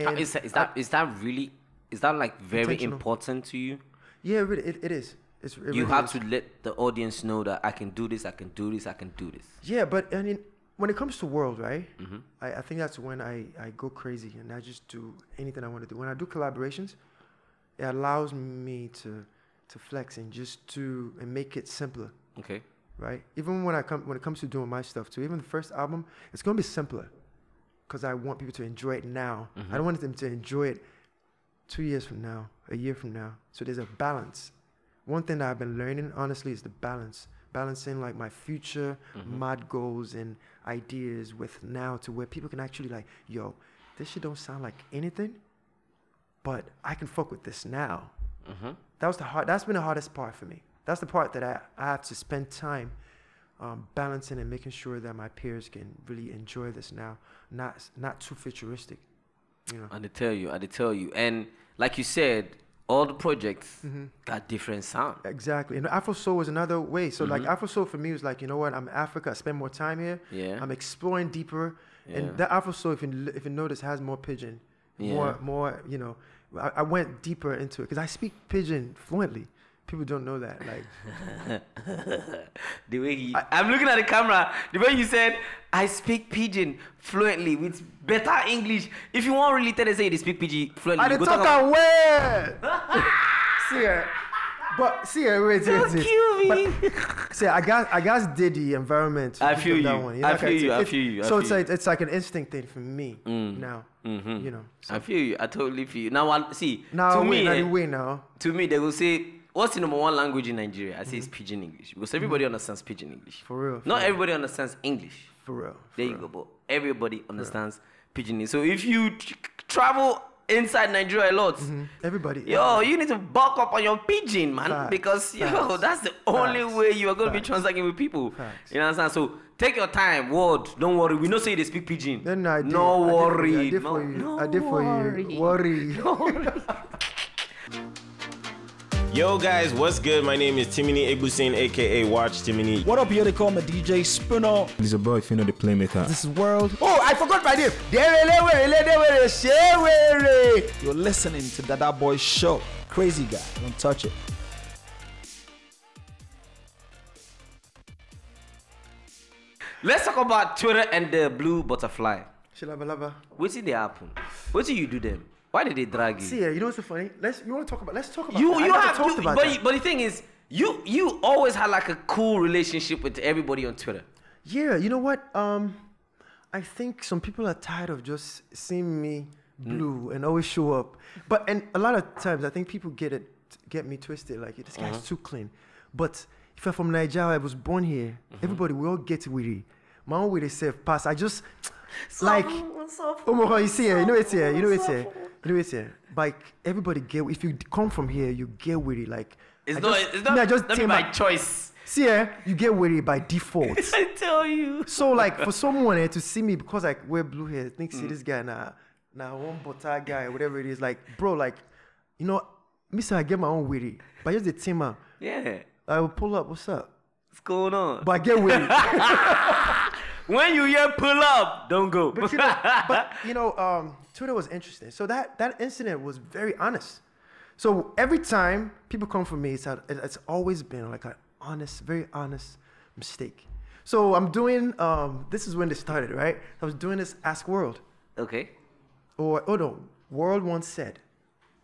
Speaker 5: Ah, Is, that- is that is that really is that like very
Speaker 4: Intentional.
Speaker 5: important to you?
Speaker 4: yeah, it, really- it, it is. It's, it really
Speaker 5: you have
Speaker 4: is.
Speaker 5: to let the audience know that I can do this, I can do this, I can do this.
Speaker 4: Yeah, but I mean, when it comes to world, right?
Speaker 5: Mm-hmm.
Speaker 4: I, I think that's when I, I go crazy and I just do anything I want to do. When I do collaborations, it allows me to to flex and just to and make it simpler,
Speaker 5: Okay.
Speaker 4: right? Even when I come when it comes to doing my stuff too, even the first album, it's gonna be simpler, because I want people to enjoy it now. I don't want them to enjoy it two years from now, a year from now. So there's a balance. One thing that I've been learning, honestly, is the balance. Balancing like my future mad goals and ideas with now to where people can actually like, yo, this shit don't sound like anything, but I can fuck with this now. That was the hard. That's been the hardest part for me. That's the part that I, I have to spend time um, balancing and making sure that my peers can really enjoy this now, not not too futuristic. You know.
Speaker 5: I did tell you, I did tell you. And like you said, all the projects
Speaker 4: Mm-hmm.
Speaker 5: got different sound.
Speaker 4: Exactly. And Afro Soul was another way. So
Speaker 5: Mm-hmm.
Speaker 4: like Afro Soul for me was like, you know what? I'm in Africa. I spend more time here.
Speaker 5: Yeah.
Speaker 4: I'm exploring deeper.
Speaker 5: Yeah.
Speaker 4: And that Afro Soul, if you l- if you notice, has more pigeon.
Speaker 5: Yeah.
Speaker 4: More more you know. I, I went deeper into it because I speak pigeon fluently. People don't know that. Like
Speaker 5: the way he, I, am looking at the camera. The way you said, I speak pidgin fluently with better English. If you want really tell us say they speak pidgin fluently,
Speaker 4: I
Speaker 5: you
Speaker 4: didn't
Speaker 5: go
Speaker 4: talk
Speaker 5: about-
Speaker 4: a word. see ya. But see ya, wait,
Speaker 5: Don't
Speaker 4: wait, wait.
Speaker 5: kill me.
Speaker 4: But- see, I guess I guess did the environment.
Speaker 5: I
Speaker 4: Give
Speaker 5: feel
Speaker 4: them that
Speaker 5: you.
Speaker 4: one.
Speaker 5: I
Speaker 4: like,
Speaker 5: feel
Speaker 4: it's-
Speaker 5: you, I
Speaker 4: it's-
Speaker 5: feel you, I
Speaker 4: So
Speaker 5: feel
Speaker 4: it's
Speaker 5: you. Mm. Mm-hmm.
Speaker 4: like it's like an instinct thing for me now. You know. So
Speaker 5: I feel you. I totally feel you. Now, I, see,
Speaker 4: now
Speaker 5: to
Speaker 4: wait,
Speaker 5: me,
Speaker 4: now
Speaker 5: eh,
Speaker 4: they wait now.
Speaker 5: to me, they will say, "What's the number one language in Nigeria?" I say it's pidgin English because everybody understands pidgin English.
Speaker 4: Mm-hmm. For real, for
Speaker 5: Not
Speaker 4: real.
Speaker 5: everybody understands English.
Speaker 4: For real.
Speaker 5: There you go, but everybody understands pidgin. So if you tr- travel inside Nigeria a lot,
Speaker 4: Mm-hmm. Everybody.
Speaker 5: Yo, you need to bulk up on your pigeon, man,
Speaker 4: Facts,
Speaker 5: because yo,
Speaker 4: facts,
Speaker 5: that's the only
Speaker 4: facts,
Speaker 5: way you are going to be
Speaker 4: facts.
Speaker 5: transacting with people.
Speaker 4: Facts.
Speaker 5: You know what I'm saying? So take your time, word. Don't worry. We know say they speak pigeon.
Speaker 4: Then I did.
Speaker 5: No worry.
Speaker 4: I did
Speaker 5: no,
Speaker 4: for you.
Speaker 5: no
Speaker 4: I did for you. Worry.
Speaker 1: Yo, guys, what's good? My name is Timini Ebusin, aka Watch Timini.
Speaker 2: What up, here they call me DJ Spinner.
Speaker 3: It's a boy, if you know the playmaker.
Speaker 2: This is World.
Speaker 4: oh, I forgot my name. Derelewere, Shewere.
Speaker 2: You're listening to Dada Boy Show. Crazy guy, don't touch it.
Speaker 5: Let's talk about Twitter and the blue butterfly.
Speaker 4: Shilabalaba.
Speaker 5: What did they happen? What did you do them? Why did they drag you?
Speaker 4: See, yeah, you know what's so funny? Let's. You want to talk about? Let's talk about.
Speaker 5: you
Speaker 4: that. I
Speaker 5: you
Speaker 4: never
Speaker 5: have
Speaker 4: talked
Speaker 5: you,
Speaker 4: about
Speaker 5: but,
Speaker 4: that.
Speaker 5: you- but the thing is, you you always had like a cool relationship with everybody on Twitter.
Speaker 4: Yeah, you know what? Um, I think some people are tired of just seeing me blue and always show up. But and a lot of times I think people get it, get me twisted. Like this guy's
Speaker 5: Mm-hmm.
Speaker 4: too clean. But if I'm from Nigeria, I was born here.
Speaker 5: Mm-hmm.
Speaker 4: Everybody, we all get witty. My own way they self pass. I just like oh my god, you see here, you know it's here, you know it's here, you know it's here. Like everybody get. If you come from here, you get witty. Like
Speaker 5: It's
Speaker 4: I
Speaker 5: not
Speaker 4: just-
Speaker 5: it's not,
Speaker 4: me, I
Speaker 5: not be
Speaker 4: tame
Speaker 5: my
Speaker 4: my-
Speaker 5: choice.
Speaker 4: See here, you get witty by default.
Speaker 5: I tell you.
Speaker 4: So like for someone eh, to see me because I wear blue hair, think see this guy nah nah one butter guy whatever it is like bro like you know Mister I get my own witty but just the team man
Speaker 5: Yeah.
Speaker 4: I will pull up what's up
Speaker 5: What's going on?
Speaker 4: but I get witty
Speaker 5: when you hear pull up, don't go.
Speaker 4: but you know but you know um Twitter was interesting so that that incident was very honest so every time people come for me it's a- it's always been like an honest very honest mistake so I'm doing um this is when this started right I was doing this Ask World.
Speaker 5: okay.
Speaker 4: or oh no, world once said.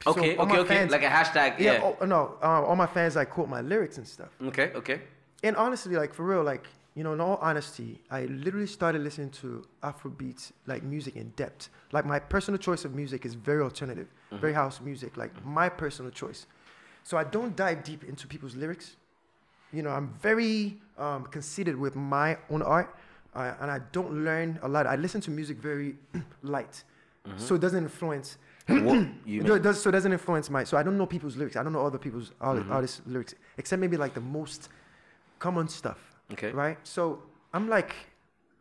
Speaker 4: So
Speaker 5: Okay,
Speaker 4: all
Speaker 5: okay,
Speaker 4: my
Speaker 5: okay. Like a hashtag, yeah.
Speaker 4: Oh, no, uh, all my fans like quote my lyrics and stuff.
Speaker 5: Okay, okay.
Speaker 4: And honestly, like for real, like you know, in all honesty, I literally started listening to Afrobeats like music in depth. Like my personal choice of music is very alternative, very house music. Like my personal choice. So I don't dive deep into people's lyrics. You know, I'm very um, conceited with my own art, uh, and I don't learn a lot. I listen to music very light, so it doesn't influence.
Speaker 5: what you
Speaker 4: No, it
Speaker 5: mean?
Speaker 4: does, so it doesn't influence my. So I don't know people's lyrics. I don't know other people's all
Speaker 5: Mm-hmm.
Speaker 4: artists' lyrics, except maybe like the most common stuff.
Speaker 5: Okay.
Speaker 4: Right. So I'm like,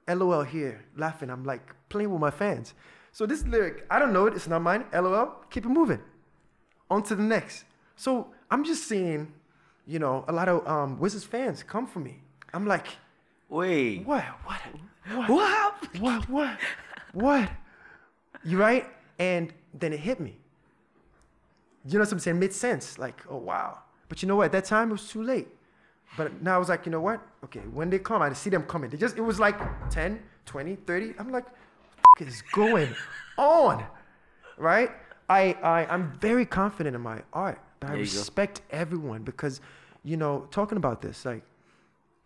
Speaker 4: LOL here, laughing. I'm like playing with my fans. So this lyric, I don't know it. It's not mine. LOL. Keep it moving. On to the next. So I'm just seeing, you know, a lot of um, Wizards fans come for me. I'm like,
Speaker 5: Wait.
Speaker 4: what? What? What?
Speaker 5: What happened?
Speaker 4: what what what you right and then it hit me you know what i'm saying made sense like oh wow but you know what at that time it was too late but now i was like you know what okay when they come i see them coming they just it was like 10 20 30 i'm like what is going on right I, I i'm very confident in my art but i
Speaker 5: There you go.
Speaker 4: respect everyone because you know talking about this like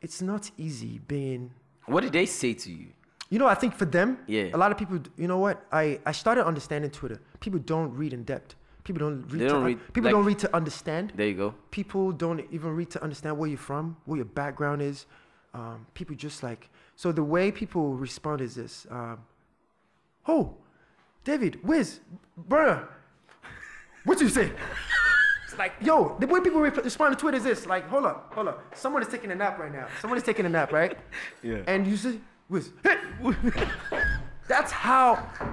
Speaker 4: it's not easy being
Speaker 5: What did they say to you?
Speaker 4: you know, I think for them,
Speaker 5: Yeah.
Speaker 4: a lot of people. You know what? I I started understanding Twitter. People don't read in depth. People don't read.
Speaker 5: They
Speaker 4: to
Speaker 5: don't
Speaker 4: un-
Speaker 5: read,
Speaker 4: people
Speaker 5: like-
Speaker 4: don't read to understand.
Speaker 5: There you go.
Speaker 4: people don't even read to understand where you're from, where your background is. Um, people just like so. The way people respond is this: um, Oh, David, Wiz, bruh, what you say? It's like, yo, the way people re- respond to Twitter is this: like, hold up, hold up, someone is taking a nap right now. Someone is taking a nap, right? Yeah. And you say, Wiz, hey. that's how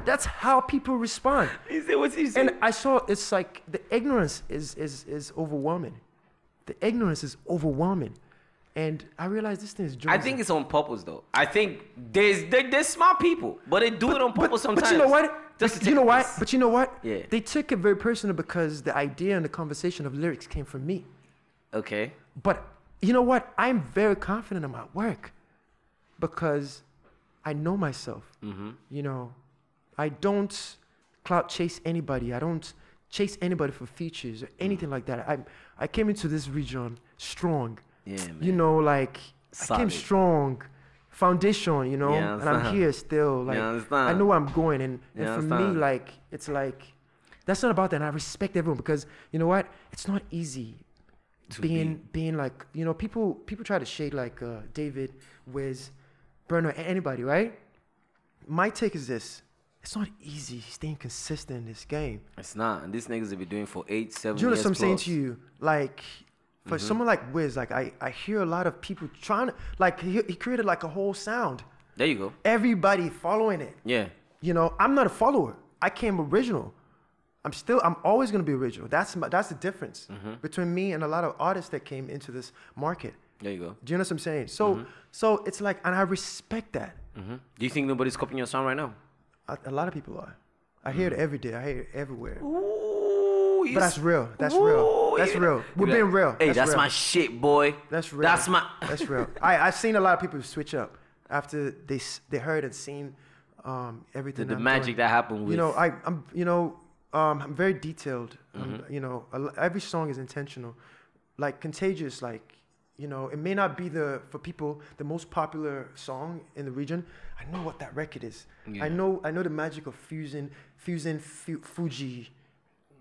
Speaker 4: that's how people respond.
Speaker 5: He said, what's he saying?
Speaker 4: And I saw it's like the ignorance is is is overwhelming. The ignorance is overwhelming, and I realized this thing is.
Speaker 5: I
Speaker 4: Journalism.
Speaker 5: think it's on purpose though. I think there's they, they're smart people, but they do it on
Speaker 4: But-
Speaker 5: purpose
Speaker 4: but,
Speaker 5: sometimes.
Speaker 4: you know what?
Speaker 5: Just
Speaker 4: But
Speaker 5: to
Speaker 4: you know
Speaker 5: take
Speaker 4: what?
Speaker 5: piss.
Speaker 4: But you know what?
Speaker 5: Yeah.
Speaker 4: They took it very personal because the idea and the conversation of lyrics came from me.
Speaker 5: Okay.
Speaker 4: But you know what? I'm very confident in my work because I know myself.
Speaker 5: Mm-hmm.
Speaker 4: You know, I don't clout chase anybody. I don't chase anybody for features or
Speaker 5: Mm.
Speaker 4: anything like that. I I came into this region strong.
Speaker 5: Yeah,
Speaker 4: You
Speaker 5: man.
Speaker 4: know, like I came
Speaker 5: Solid.
Speaker 4: strong, foundation. You know,
Speaker 5: Yeah,
Speaker 4: and I'm
Speaker 5: understand.
Speaker 4: here still. Like I
Speaker 5: understand.
Speaker 4: know where I'm going, and, and
Speaker 5: Yeah,
Speaker 4: for me,
Speaker 5: understand.
Speaker 4: like it's like that's not about that. And I respect everyone because you know what? It's not easy being being like you know people people try to shade like uh, David, Wiz, Bruno, a- anybody, right? My take is this: it's not easy staying consistent in this game.
Speaker 5: It's not. And these niggas have been doing for eight, seven
Speaker 4: Do you know
Speaker 5: years.
Speaker 4: what I'm saying
Speaker 5: plus. Mm-hmm.
Speaker 4: to you? Like, for someone like Wiz, like I, I hear a lot of people trying to like he, he created like a whole sound.
Speaker 5: There you go.
Speaker 4: Everybody following it.
Speaker 5: Yeah.
Speaker 4: You know, I'm not a follower. I came original. I'm still. I'm always gonna be original. That's my, that's the difference
Speaker 5: Mm-hmm.
Speaker 4: between me and a lot of artists that came into this market.
Speaker 5: There you go.
Speaker 4: Do you know what I'm saying? So,
Speaker 5: Mm-hmm.
Speaker 4: so it's like, and I respect that.
Speaker 5: hmm Do you think nobody's copying your song right now? Mm-hmm.
Speaker 4: A, a lot of people are. I hear it every day. I hear it everywhere.
Speaker 5: Ooh,
Speaker 4: But that's real. That's real. That's real. We're being real.
Speaker 5: Hey, that's,
Speaker 4: real.
Speaker 5: my shit, boy.
Speaker 4: That's real.
Speaker 5: That's my.
Speaker 4: That's real. I I've seen a lot of people switch up after they s- they heard and seen um, everything.
Speaker 5: The
Speaker 4: I'm
Speaker 5: magic
Speaker 4: doing.
Speaker 5: that happened with-
Speaker 4: You know, I I'm you know um, I'm very detailed. I'm,
Speaker 5: Mm-hmm.
Speaker 4: you know, a lo- every song is intentional, like contagious. Like you know, it may not be the for people the most popular song in the region. I know what that record is. I know I know the magic of fusing fusing fu- Fuji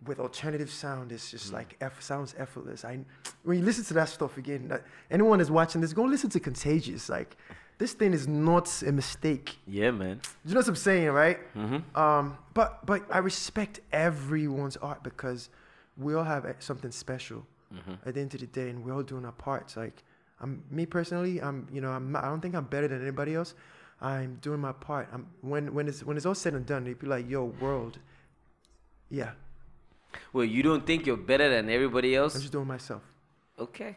Speaker 4: with alternative sound it's
Speaker 5: Mm.
Speaker 4: just like eff- sounds effortless. I when you listen to that stuff again, that, anyone that's watching this, go listen to Contagious. Like this thing is not a mistake.
Speaker 5: Yeah, man.
Speaker 4: You know what I'm saying, right?
Speaker 5: Mm-hmm.
Speaker 4: Um, but but I respect everyone's art because we all have eh, something special
Speaker 5: Mm-hmm.
Speaker 4: at the end of the day, and we're all doing our parts. Like I'm me personally, I'm you know I'm not- I don't think I'm better than anybody else. I'm doing my part. I'm when when it's when it's all said and done, they'd be like, "Yo, world, yeah,
Speaker 5: Well, you don't think you're better than everybody
Speaker 4: I'm
Speaker 5: else?
Speaker 4: just doing myself."
Speaker 5: Okay.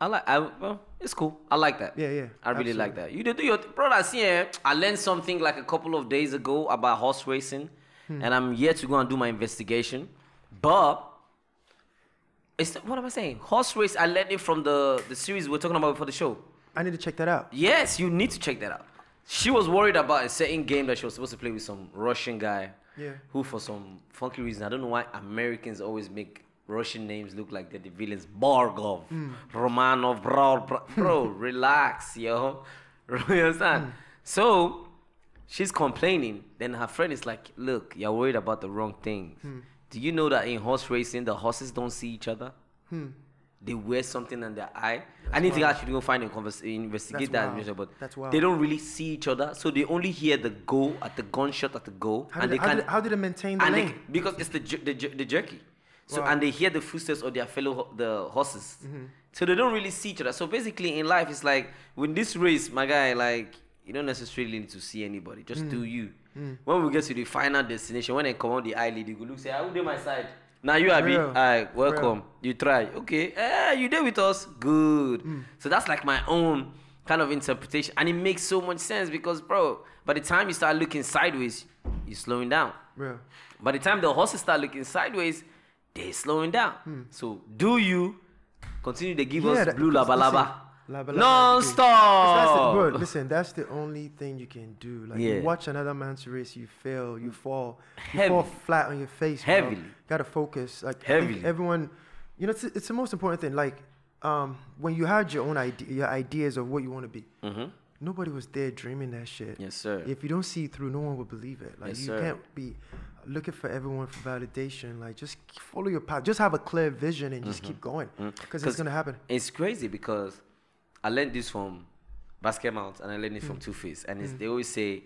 Speaker 5: I like. I well, it's cool. I like that.
Speaker 4: Yeah, yeah,
Speaker 5: I really like
Speaker 4: absolutely.
Speaker 5: that. You did do your bro. I see. eh, I learned something like a couple of days ago about horse racing,
Speaker 4: Hmm.
Speaker 5: and I'm yet to go and do my investigation. But it's what am I saying? Horse race. I learned it from the the series we we're talking about before the show.
Speaker 4: I need to check that out.
Speaker 5: Yes, you need to check that out. She was worried about a certain game that she was supposed to play with some Russian guy.
Speaker 4: Yeah.
Speaker 5: Who, for some funky reason, I don't know why Americans always make Russian names look like they're the villains. Borgov, Romanov, bro, bro, bro relax, yo. you understand? So she's complaining. Then her friend is like, "Look, you're worried about the wrong things. Do you know that in horse racing, the horses don't see each other? they wear something on their eye. I need to actually go find and converse, investigate
Speaker 4: That's
Speaker 5: that,
Speaker 4: wild.
Speaker 5: measure, but
Speaker 4: That's
Speaker 5: they
Speaker 4: wild.
Speaker 5: don't really see each other, so they only hear the go at the gunshot at the go,
Speaker 4: How
Speaker 5: and they
Speaker 4: did, how,
Speaker 5: can't.
Speaker 4: did, how did it maintain the
Speaker 5: and they
Speaker 4: lane?
Speaker 5: c- because it's the jer- the, jer- the jerky. So
Speaker 4: Wow. Mm-hmm.
Speaker 5: and they hear the footsteps of their fellow ho- the horses. So they don't really see each other. So basically in life it's like with this race, my guy, like you don't necessarily need to see anybody. Just
Speaker 4: Mm.
Speaker 5: do you. When we get to the final destination, when they come out the island, they go look say, I will do my side. Now you are be
Speaker 4: Real.
Speaker 5: alright, welcome. You try. Okay. Eh, you there with us? Good.
Speaker 4: Mm.
Speaker 5: So that's like my own kind of interpretation. And it makes so much sense because bro, by the time you start looking sideways, you're slowing down.
Speaker 4: Real.
Speaker 5: By the time the horses start looking sideways, they're slowing down. So do you continue to give us
Speaker 4: Hmm. that-
Speaker 5: blue
Speaker 4: listen,
Speaker 5: labalaba
Speaker 4: laba laba
Speaker 5: non
Speaker 4: is good.
Speaker 5: stop?
Speaker 4: That's- that's the- bro, listen, that's the only thing you can do. Like
Speaker 5: Yeah.
Speaker 4: you watch another man's race, you fail, you fall, you
Speaker 5: Heavy.
Speaker 4: fall flat on your face. bro.
Speaker 5: Heavily.
Speaker 4: You gotta focus. Like I think
Speaker 5: Heavily.
Speaker 4: everyone, you know, it's, it's the most important thing. Like um, when you had your own idea, your ideas of what you want to be. Nobody was there dreaming that shit.
Speaker 5: Mm-hmm. Yes, sir.
Speaker 4: If you don't see it through, no one will believe it. Like
Speaker 5: Yes,
Speaker 4: you
Speaker 5: sir.
Speaker 4: can't be looking for everyone for validation. Like just follow your path. Just have a clear vision and
Speaker 5: Mm-hmm.
Speaker 4: just keep going
Speaker 5: Mm.
Speaker 4: because it's gonna happen.
Speaker 5: It's crazy because I learned this from Basket Mount and I learned it
Speaker 4: Hmm.
Speaker 5: from Two Face, and it's, they always say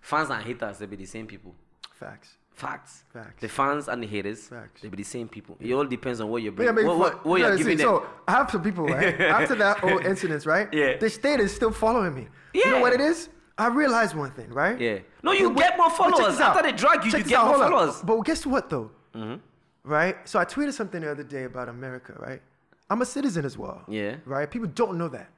Speaker 5: fans and haters they be the same people.
Speaker 4: Facts.
Speaker 5: Facts.
Speaker 4: Facts.
Speaker 5: The fans and the haters,
Speaker 4: Facts.
Speaker 5: they be the same people. It all depends on what you're
Speaker 4: But yeah,
Speaker 5: bringing.
Speaker 4: maybe
Speaker 5: what, what,
Speaker 4: for-
Speaker 5: what
Speaker 4: you
Speaker 5: you're
Speaker 4: know,
Speaker 5: giving
Speaker 4: see,
Speaker 5: them.
Speaker 4: So I have some people, right? After that whole incident, right?
Speaker 5: Yeah.
Speaker 4: The state is still following me. You know
Speaker 5: Yeah.
Speaker 4: what it is? I realized one thing, right?
Speaker 5: Yeah. No, you
Speaker 4: But-
Speaker 5: get more
Speaker 4: but check
Speaker 5: followers.
Speaker 4: this out.
Speaker 5: After they drag you,
Speaker 4: Check
Speaker 5: you
Speaker 4: this
Speaker 5: get
Speaker 4: out.
Speaker 5: more
Speaker 4: Hold on.
Speaker 5: followers.
Speaker 4: But guess what though? Right? So I tweeted something the other day about America, right? I'm a citizen as well.
Speaker 5: Yeah.
Speaker 4: Right? People don't know that.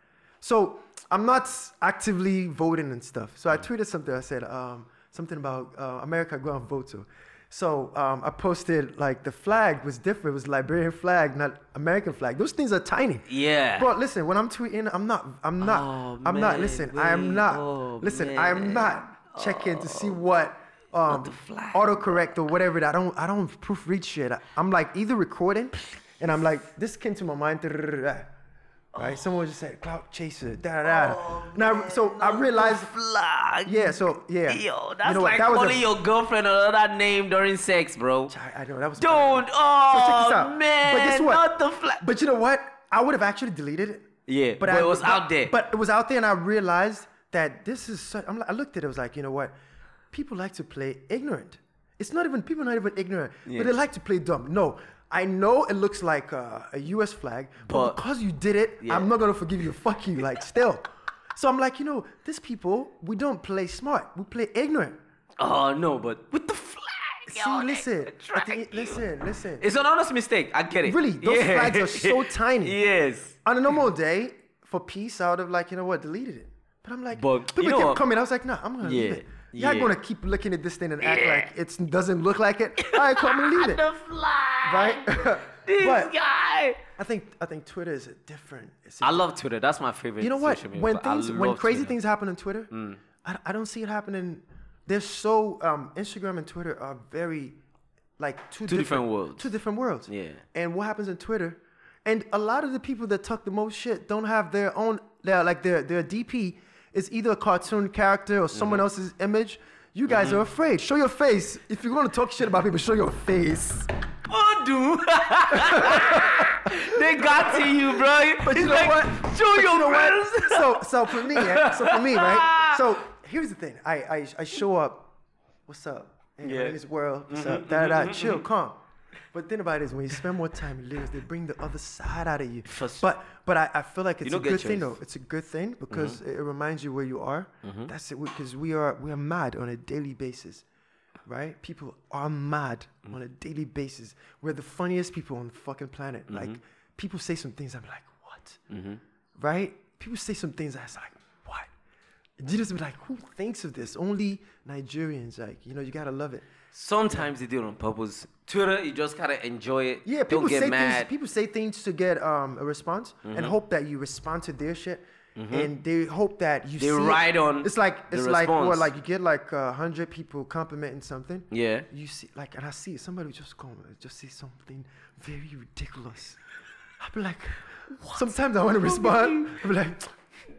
Speaker 4: So I'm not actively voting and stuff. So
Speaker 5: Mm.
Speaker 4: I tweeted something. I said um, something about uh, America go and vote to. So um, I posted like the flag was different. It was Liberian flag, not American flag. Those things are tiny.
Speaker 5: Yeah.
Speaker 4: But listen, when I'm tweeting, I'm not. I'm not.
Speaker 5: Oh,
Speaker 4: I'm not.
Speaker 5: man,
Speaker 4: Listen, I
Speaker 5: wait.
Speaker 4: am not.
Speaker 5: Oh,
Speaker 4: listen, I am
Speaker 5: man. Oh.
Speaker 4: not checking to see what. Um,
Speaker 5: the flag?
Speaker 4: autocorrect or whatever. I don't. I don't proofread shit. I, am like either recording, and I'm like, this came to my mind. Right? Someone just said clout chaser. Da da
Speaker 5: Oh,
Speaker 4: da. Now, so I realized.
Speaker 5: flag.
Speaker 4: Yeah. So yeah.
Speaker 5: Yo, that's
Speaker 4: you know what,
Speaker 5: like
Speaker 4: that was a-
Speaker 5: calling your girlfriend another name during sex, bro.
Speaker 4: I, I know that was.
Speaker 5: Don't. Oh, man.
Speaker 4: but guess what?
Speaker 5: Not the flag.
Speaker 4: But you know what? I would have actually deleted it.
Speaker 5: Yeah, but it was out there.
Speaker 4: But it was out there, and I realized that this is. Such, I'm like, I looked at it. I was like, you know what? People like to play ignorant. It's not even people. are Not even ignorant, but they like to play dumb. No. I know it looks like a, a U.S. flag, but,
Speaker 5: But-
Speaker 4: because you did it,
Speaker 5: Yeah.
Speaker 4: I'm not gonna forgive you. Fuck you, like still. So I'm like, you know, these people, we don't play smart. We play ignorant.
Speaker 5: oh, no, but with the flag.
Speaker 4: See,
Speaker 5: yo, they
Speaker 4: listen, at
Speaker 5: drag
Speaker 4: the,
Speaker 5: you.
Speaker 4: end- listen, listen.
Speaker 5: It's an honest mistake. I get it.
Speaker 4: Really, those flags are so tiny.
Speaker 5: Yes.
Speaker 4: on a normal day for peace, I would have like, you know what, deleted it. But I'm like,
Speaker 5: But
Speaker 4: people
Speaker 5: you know
Speaker 4: kept
Speaker 5: what?
Speaker 4: coming. I was like, nah, I'm gonna leave
Speaker 5: Yeah,
Speaker 4: it. Y'all
Speaker 5: yeah.
Speaker 4: gonna keep looking at this thing and act like it doesn't look like it. All right, come and leave it.
Speaker 5: The flag.
Speaker 4: Right?
Speaker 5: This
Speaker 4: but
Speaker 5: guy.
Speaker 4: I think I think Twitter is a different. It's a-
Speaker 5: I love Twitter. That's my favorite.
Speaker 4: you know what?
Speaker 5: social media
Speaker 4: When
Speaker 5: platform. I
Speaker 4: things, when
Speaker 5: love
Speaker 4: crazy
Speaker 5: Twitter. Mm.
Speaker 4: things happen on Twitter, I, I don't see it happening. They're so um, Instagram and Twitter are very like two,
Speaker 5: Two different worlds.
Speaker 4: Two different worlds.
Speaker 5: Yeah.
Speaker 4: And what happens on Twitter, and a lot of the people that talk the most shit don't have their own. Their, like their their DP is either a cartoon character or someone
Speaker 5: Mm-hmm.
Speaker 4: else's image. You guys are afraid. Show your face. If you're gonna talk shit about people, show your face.
Speaker 5: Undo. they got to you, bro.
Speaker 4: But
Speaker 5: it's
Speaker 4: you know
Speaker 5: like,
Speaker 4: what?
Speaker 5: Show
Speaker 4: But
Speaker 5: your
Speaker 4: you know what?
Speaker 5: friends.
Speaker 4: So, so for me, yeah, so for me, right? So here's the thing. I, I, I show up. What's up? Hey,
Speaker 5: Yeah. Mm-hmm,
Speaker 4: My name is World. What's up? Da da da. Chill, calm. But think about it is when you spend more time in lyrics, they bring the other side out of you.
Speaker 5: First-
Speaker 4: But but I, I feel like it's a
Speaker 5: don't get Mm-hmm.
Speaker 4: good thing
Speaker 5: choice.
Speaker 4: though. It's a good thing because it reminds you where you are.
Speaker 5: Mm-hmm.
Speaker 4: That's it because we are we are mad on a daily basis. Right? People are mad on
Speaker 5: Mm-hmm.
Speaker 4: a daily basis. We're the funniest people on the fucking planet. Like
Speaker 5: Mm-hmm.
Speaker 4: people say some things I'm like, what? Right? People say some things I was like, what? And You just be like, who thinks of this? Only Nigerians, like, you know, you gotta love it.
Speaker 5: Sometimes they do it on purpose. Twitter, you just gotta enjoy it.
Speaker 4: Yeah, people
Speaker 5: don't get
Speaker 4: say
Speaker 5: mad. Mm-hmm.
Speaker 4: things. People say things to get um, a response and hope that you respond to their shit, and they hope that you.
Speaker 5: They
Speaker 4: see it.
Speaker 5: ride on
Speaker 4: It's like
Speaker 5: the
Speaker 4: it's like
Speaker 5: response.
Speaker 4: what like you get like a hundred people complimenting something.
Speaker 5: Yeah.
Speaker 4: You see, like, and I see somebody just come, just say something very ridiculous. I be like, sometimes I want to respond. I be like,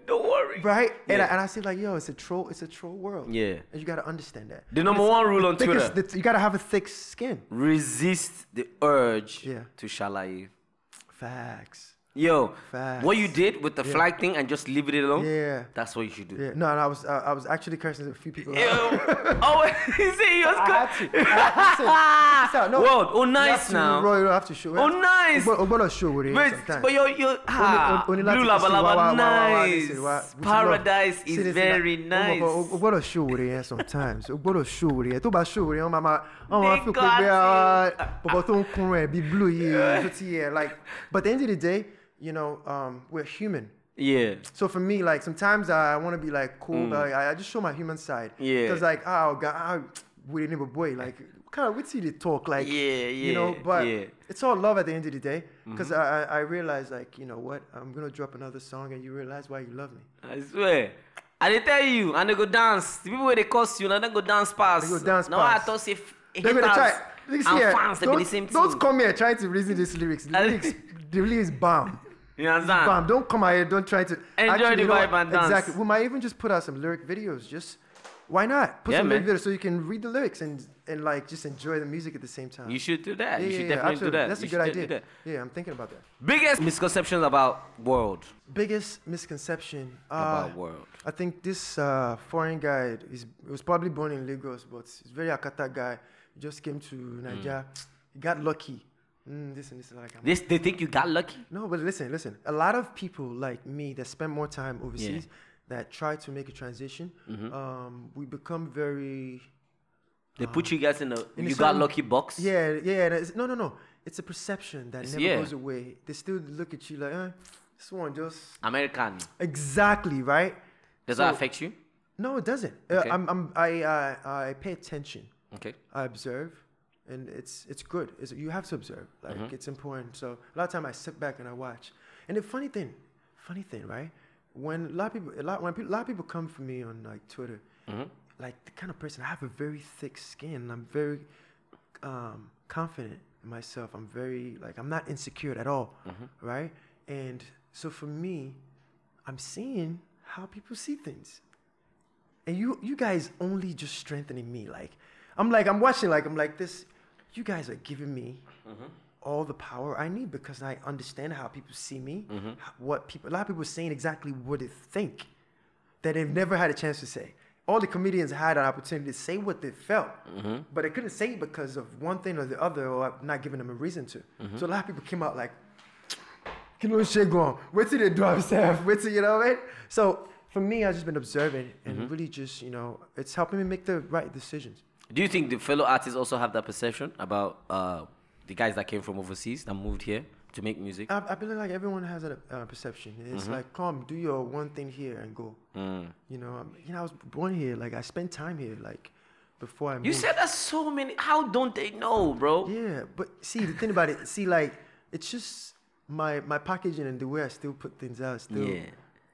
Speaker 5: don't worry.
Speaker 4: right? And, I,
Speaker 5: Yeah.
Speaker 4: and I see like, yo, it's a troll. It's a troll world.
Speaker 5: Yeah.
Speaker 4: and you gotta understand that.
Speaker 5: The number
Speaker 4: It's
Speaker 5: one rule on
Speaker 4: thickest-
Speaker 5: Twitter:
Speaker 4: the- you gotta have a thick skin.
Speaker 5: resist the urge
Speaker 4: Yeah.
Speaker 5: to shallow you.
Speaker 4: Facts.
Speaker 5: Yo, what you
Speaker 4: Facts.
Speaker 5: did with the flag thing and just leave it alone,
Speaker 4: Yeah.
Speaker 5: that's what you should do.
Speaker 4: Yeah. No, and I was uh, I was actually cursing a few people. out.
Speaker 5: Yo, oh, he said he was
Speaker 4: I had to. I had to say-
Speaker 5: Ah,
Speaker 4: say out. No,
Speaker 5: World, oh
Speaker 4: you have
Speaker 5: nice
Speaker 4: to,
Speaker 5: now.
Speaker 4: Bro, you don't have to show.
Speaker 5: Oh, nice.
Speaker 4: But but show with it
Speaker 5: Wait,
Speaker 4: sometimes.
Speaker 5: but your your ah,
Speaker 4: Only- only like
Speaker 5: blue
Speaker 4: to
Speaker 5: lava
Speaker 4: see
Speaker 5: lava
Speaker 4: wa- wa- wa- wa-
Speaker 5: nice.
Speaker 4: listen, wa- which
Speaker 5: Paradise
Speaker 4: love. See,
Speaker 5: is
Speaker 4: listen,
Speaker 5: very
Speaker 4: like, oh
Speaker 5: nice.
Speaker 4: o- o- o- o gbọ́dọ̀ show rẹ̀ yẹn sometimes. O gbọ́dọ̀ show rẹ̀ yẹn. Tó bá show rẹ̀ yẹn, wọ́n máa ma- wọ́n máa
Speaker 5: They
Speaker 4: feel pé
Speaker 5: got
Speaker 4: bí,
Speaker 5: you.
Speaker 4: ah, bọ̀bọ̀ tó ń kun rẹ̀ bí blue yìí, tó ti yẹ, like. But at the end of the day, you know, um, we're human.
Speaker 5: Yeah,
Speaker 4: So for me, like sometimes I want to be like cool, but I, I just show my human side.
Speaker 5: Mm. Yeah.
Speaker 4: Because like, oh god, ah, we didn't even boy. Like, kind of we see they talk like.
Speaker 5: Yeah,
Speaker 4: You know,
Speaker 5: yeah,
Speaker 4: but
Speaker 5: yeah. Mm-hmm.
Speaker 4: it's all love at the end of the day. Because I, I I realize like you know what I'm gonna drop another song and you realize why you love me.
Speaker 5: I swear. I dey tell you, and they go dance. The people where they curse you, now they go dance pass.
Speaker 4: They go dance
Speaker 5: now
Speaker 4: pass.
Speaker 5: I thought say
Speaker 4: They're gonna try.
Speaker 5: and
Speaker 4: Listen here,
Speaker 5: fans they be the same
Speaker 4: don't, don't
Speaker 5: thing.
Speaker 4: come here trying to reason these lyrics. The
Speaker 5: I-
Speaker 4: lyrics, the lyrics bomb.
Speaker 5: You understand?
Speaker 4: Bomb. Don't come out here. Don't try to
Speaker 5: Ah. the
Speaker 4: you know
Speaker 5: vibe
Speaker 4: what?
Speaker 5: and dance.
Speaker 4: Exactly. We might even just put out some lyric videos. Just why not put
Speaker 5: Yeah,
Speaker 4: some lyric
Speaker 5: man.
Speaker 4: videos so you can read the lyrics and and like just enjoy the music at the same time.
Speaker 5: You should do that. you should definitely
Speaker 4: absolutely.
Speaker 5: do that.
Speaker 4: That's
Speaker 5: You
Speaker 4: a
Speaker 5: should
Speaker 4: good
Speaker 5: de-
Speaker 4: idea.
Speaker 5: do that.
Speaker 4: Yeah, I'm thinking about that.
Speaker 5: Biggest misconceptions about world.
Speaker 4: Biggest misconception uh,
Speaker 5: About world.
Speaker 4: I think this uh, foreign guy is he was probably born in Lagos, but he's very Akata guy. He just came to
Speaker 5: Hmm.
Speaker 4: Nigeria. He got lucky. Mm, this and this and like. I'm
Speaker 5: This they think you got lucky.
Speaker 4: No, but listen, listen. A lot of people like me that spend more time overseas that try to make a transition,
Speaker 5: Mm-hmm.
Speaker 4: um, we become very
Speaker 5: They put you guys in a
Speaker 4: in a
Speaker 5: you got
Speaker 4: certain-
Speaker 5: lucky box.
Speaker 4: yeah, yeah. and it's- No, no, no. It's a perception that never
Speaker 5: yeah.
Speaker 4: goes away. They still look at you like, eh, this one just
Speaker 5: American.
Speaker 4: exactly right.
Speaker 5: Does
Speaker 4: So-
Speaker 5: that affect you?
Speaker 4: No, it doesn't.
Speaker 5: Okay.
Speaker 4: Uh, I'm, I'm, I, uh, I pay attention.
Speaker 5: Okay.
Speaker 4: I observe, and it's it's good. It's, you have to observe. Like it's important. So a lot of time I sit back and I watch. And the funny thing, funny thing, right? When a lot of people, a lot when people, a lot of people come for me on like Twitter, like the kind of person I have a very thick skin. and I'm very um, confident in myself. I'm very like I'm not insecure at all, right? And so for me, I'm seeing how people see things and you you guys only just strengthening me like i'm like i'm watching like i'm like this you guys are giving me all the power i need because i understand how people see me h- what people a lot of people are saying exactly what they think that they've never had a chance to say all the comedians had an opportunity to say what they felt but they couldn't say it because of one thing or the other or I'm not giving them a reason to so a lot of people came out like Kí ló ń ṣe gan? Wait till they do themselves. Wait till you know it. So for me, I've just been observing and
Speaker 5: Mm-hmm.
Speaker 4: really just you know, it's helping me make the right decisions.
Speaker 5: Do you think the fellow artists also have that perception about uh, the guys that came from overseas that moved here to make music?
Speaker 4: I, I believe like everyone has a uh, perception. It's
Speaker 5: Mm-hmm.
Speaker 4: like come do your one thing here and go.
Speaker 5: Mm.
Speaker 4: You know, I'm, you know, I was born here. Like I spent time here. Like before I
Speaker 5: You
Speaker 4: moved.
Speaker 5: said that so many. How don't they know, bro?
Speaker 4: yeah, but see the thing about it. See like it's just my my packaging and the way I still put things out. Still,
Speaker 5: Yeah.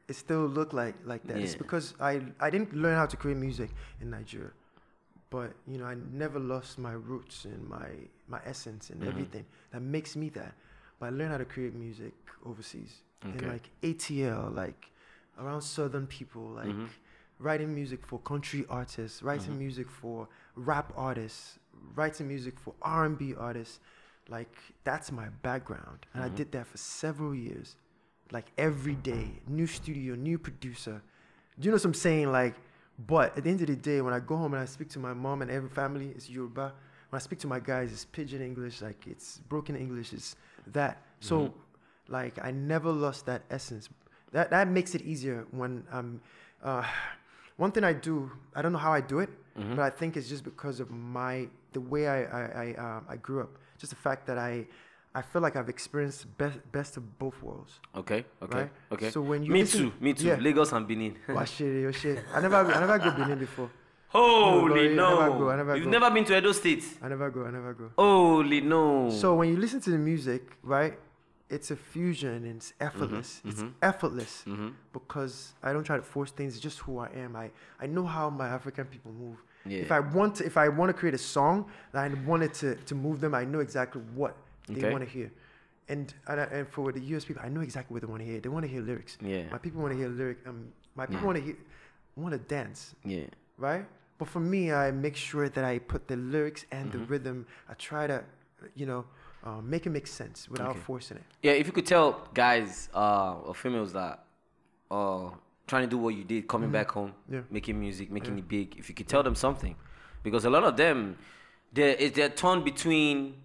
Speaker 4: it still look like like that. It's
Speaker 5: Yeah.
Speaker 4: because I I didn't learn how to create music in Nigeria, but you know I never lost my roots and my my essence and everything that makes me that. But I learned how to create music overseas in like ATL, like around Southern people, like writing music for country artists, writing music for rap artists, writing music for R and B artists. Like that's my background, and I did that for several years like every day, new studio, new producer. Do you know what I'm saying? Like, but at the end of the day, when I go home and I speak to my mom and every family, it's Yoruba. When I speak to my guys, it's pidgin English, like it's broken English, it's that. So, like, I never lost that essence. That that makes it easier when I'm. Uh, one thing I do, I don't know how I do it, but I think it's just because of my the way I I I, um, I grew up. Just the fact that I. I feel like I've experienced best best of both worlds.
Speaker 5: Okay, okay,
Speaker 4: Right?
Speaker 5: okay.
Speaker 4: So when you
Speaker 5: me
Speaker 4: listen-
Speaker 5: too, me too.
Speaker 4: yeah.
Speaker 5: Lagos and Benin.
Speaker 4: Wow, shit, oh shit. I never, I never go Benin before.
Speaker 5: Holy
Speaker 4: I
Speaker 5: no!
Speaker 4: never go, I never
Speaker 5: You've
Speaker 4: go.
Speaker 5: never been to Edo State.
Speaker 4: I never go. I never go.
Speaker 5: Holy no!
Speaker 4: So when you listen to the music, right, it's a fusion and it's effortless.
Speaker 5: Mm-hmm.
Speaker 4: It's effortless because I don't try to force things. It's just who I am. I, I know how my African people move. If
Speaker 5: Yeah.
Speaker 4: I want to, if I want to create a song and I wanted to, to move them, I know exactly what they
Speaker 5: Okay.
Speaker 4: want to hear. And, and I- and for the US people, I know exactly what they want to hear. They want to hear lyrics.
Speaker 5: Yeah.
Speaker 4: My people want to hear lyric. Um, my people want to hear, want to dance
Speaker 5: yeah,
Speaker 4: right? But for me, I make sure that I put the lyrics and the rhythm. I try to, you know, uh, make it make sense without
Speaker 5: Okay.
Speaker 4: forcing it.
Speaker 5: Yeah, if you could tell guys uh, or females that uh, trying to do what you did, coming back home,
Speaker 4: Mm-hmm. Yeah.
Speaker 5: making music, making it big, if you could tell them something, because a lot of them, there is they're torn between,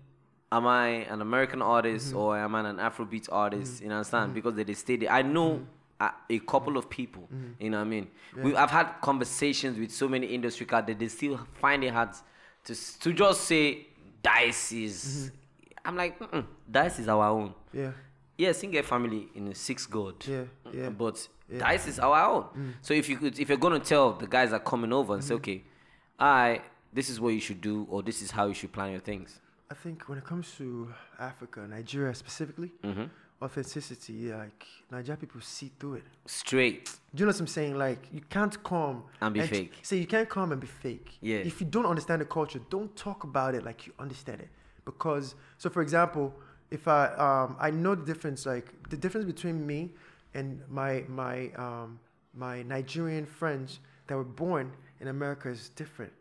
Speaker 5: am I an American artist
Speaker 4: Mm-hmm.
Speaker 5: or am I an Afrobeat artist? You know, understand? Because they, they stay there. I know. a-
Speaker 4: Mm-hmm.
Speaker 5: A couple of people, you know what I mean. We, I've had conversations with so many industry cats that they still find it hard to s- to just say Dice is.
Speaker 4: Mm-hmm.
Speaker 5: I'm like, Mm-mm, Dice is our own.
Speaker 4: Yeah,
Speaker 5: Yeah, single family in a six god. Mm,
Speaker 4: Yeah, yeah. Mm.
Speaker 5: But dice is our own. So if you could, if you're gonna tell the guys that are coming over and say,
Speaker 4: Mm-hmm.
Speaker 5: okay, I this is what you should do, or this is how you should plan your things.
Speaker 4: I think when it comes to Africa, Nigeria specifically, authenticity, like Nigeria people see through it.
Speaker 5: Straight.
Speaker 4: Do you know what I'm saying? Like you can't come
Speaker 5: And be fake.
Speaker 4: Say you can't come and be fake.
Speaker 5: Yeah.
Speaker 4: If you don't understand the culture, don't talk about it like you understand it. Because so for example, if I um I know the difference like the difference between me and my my um my Nigerian friends that were born in America is different.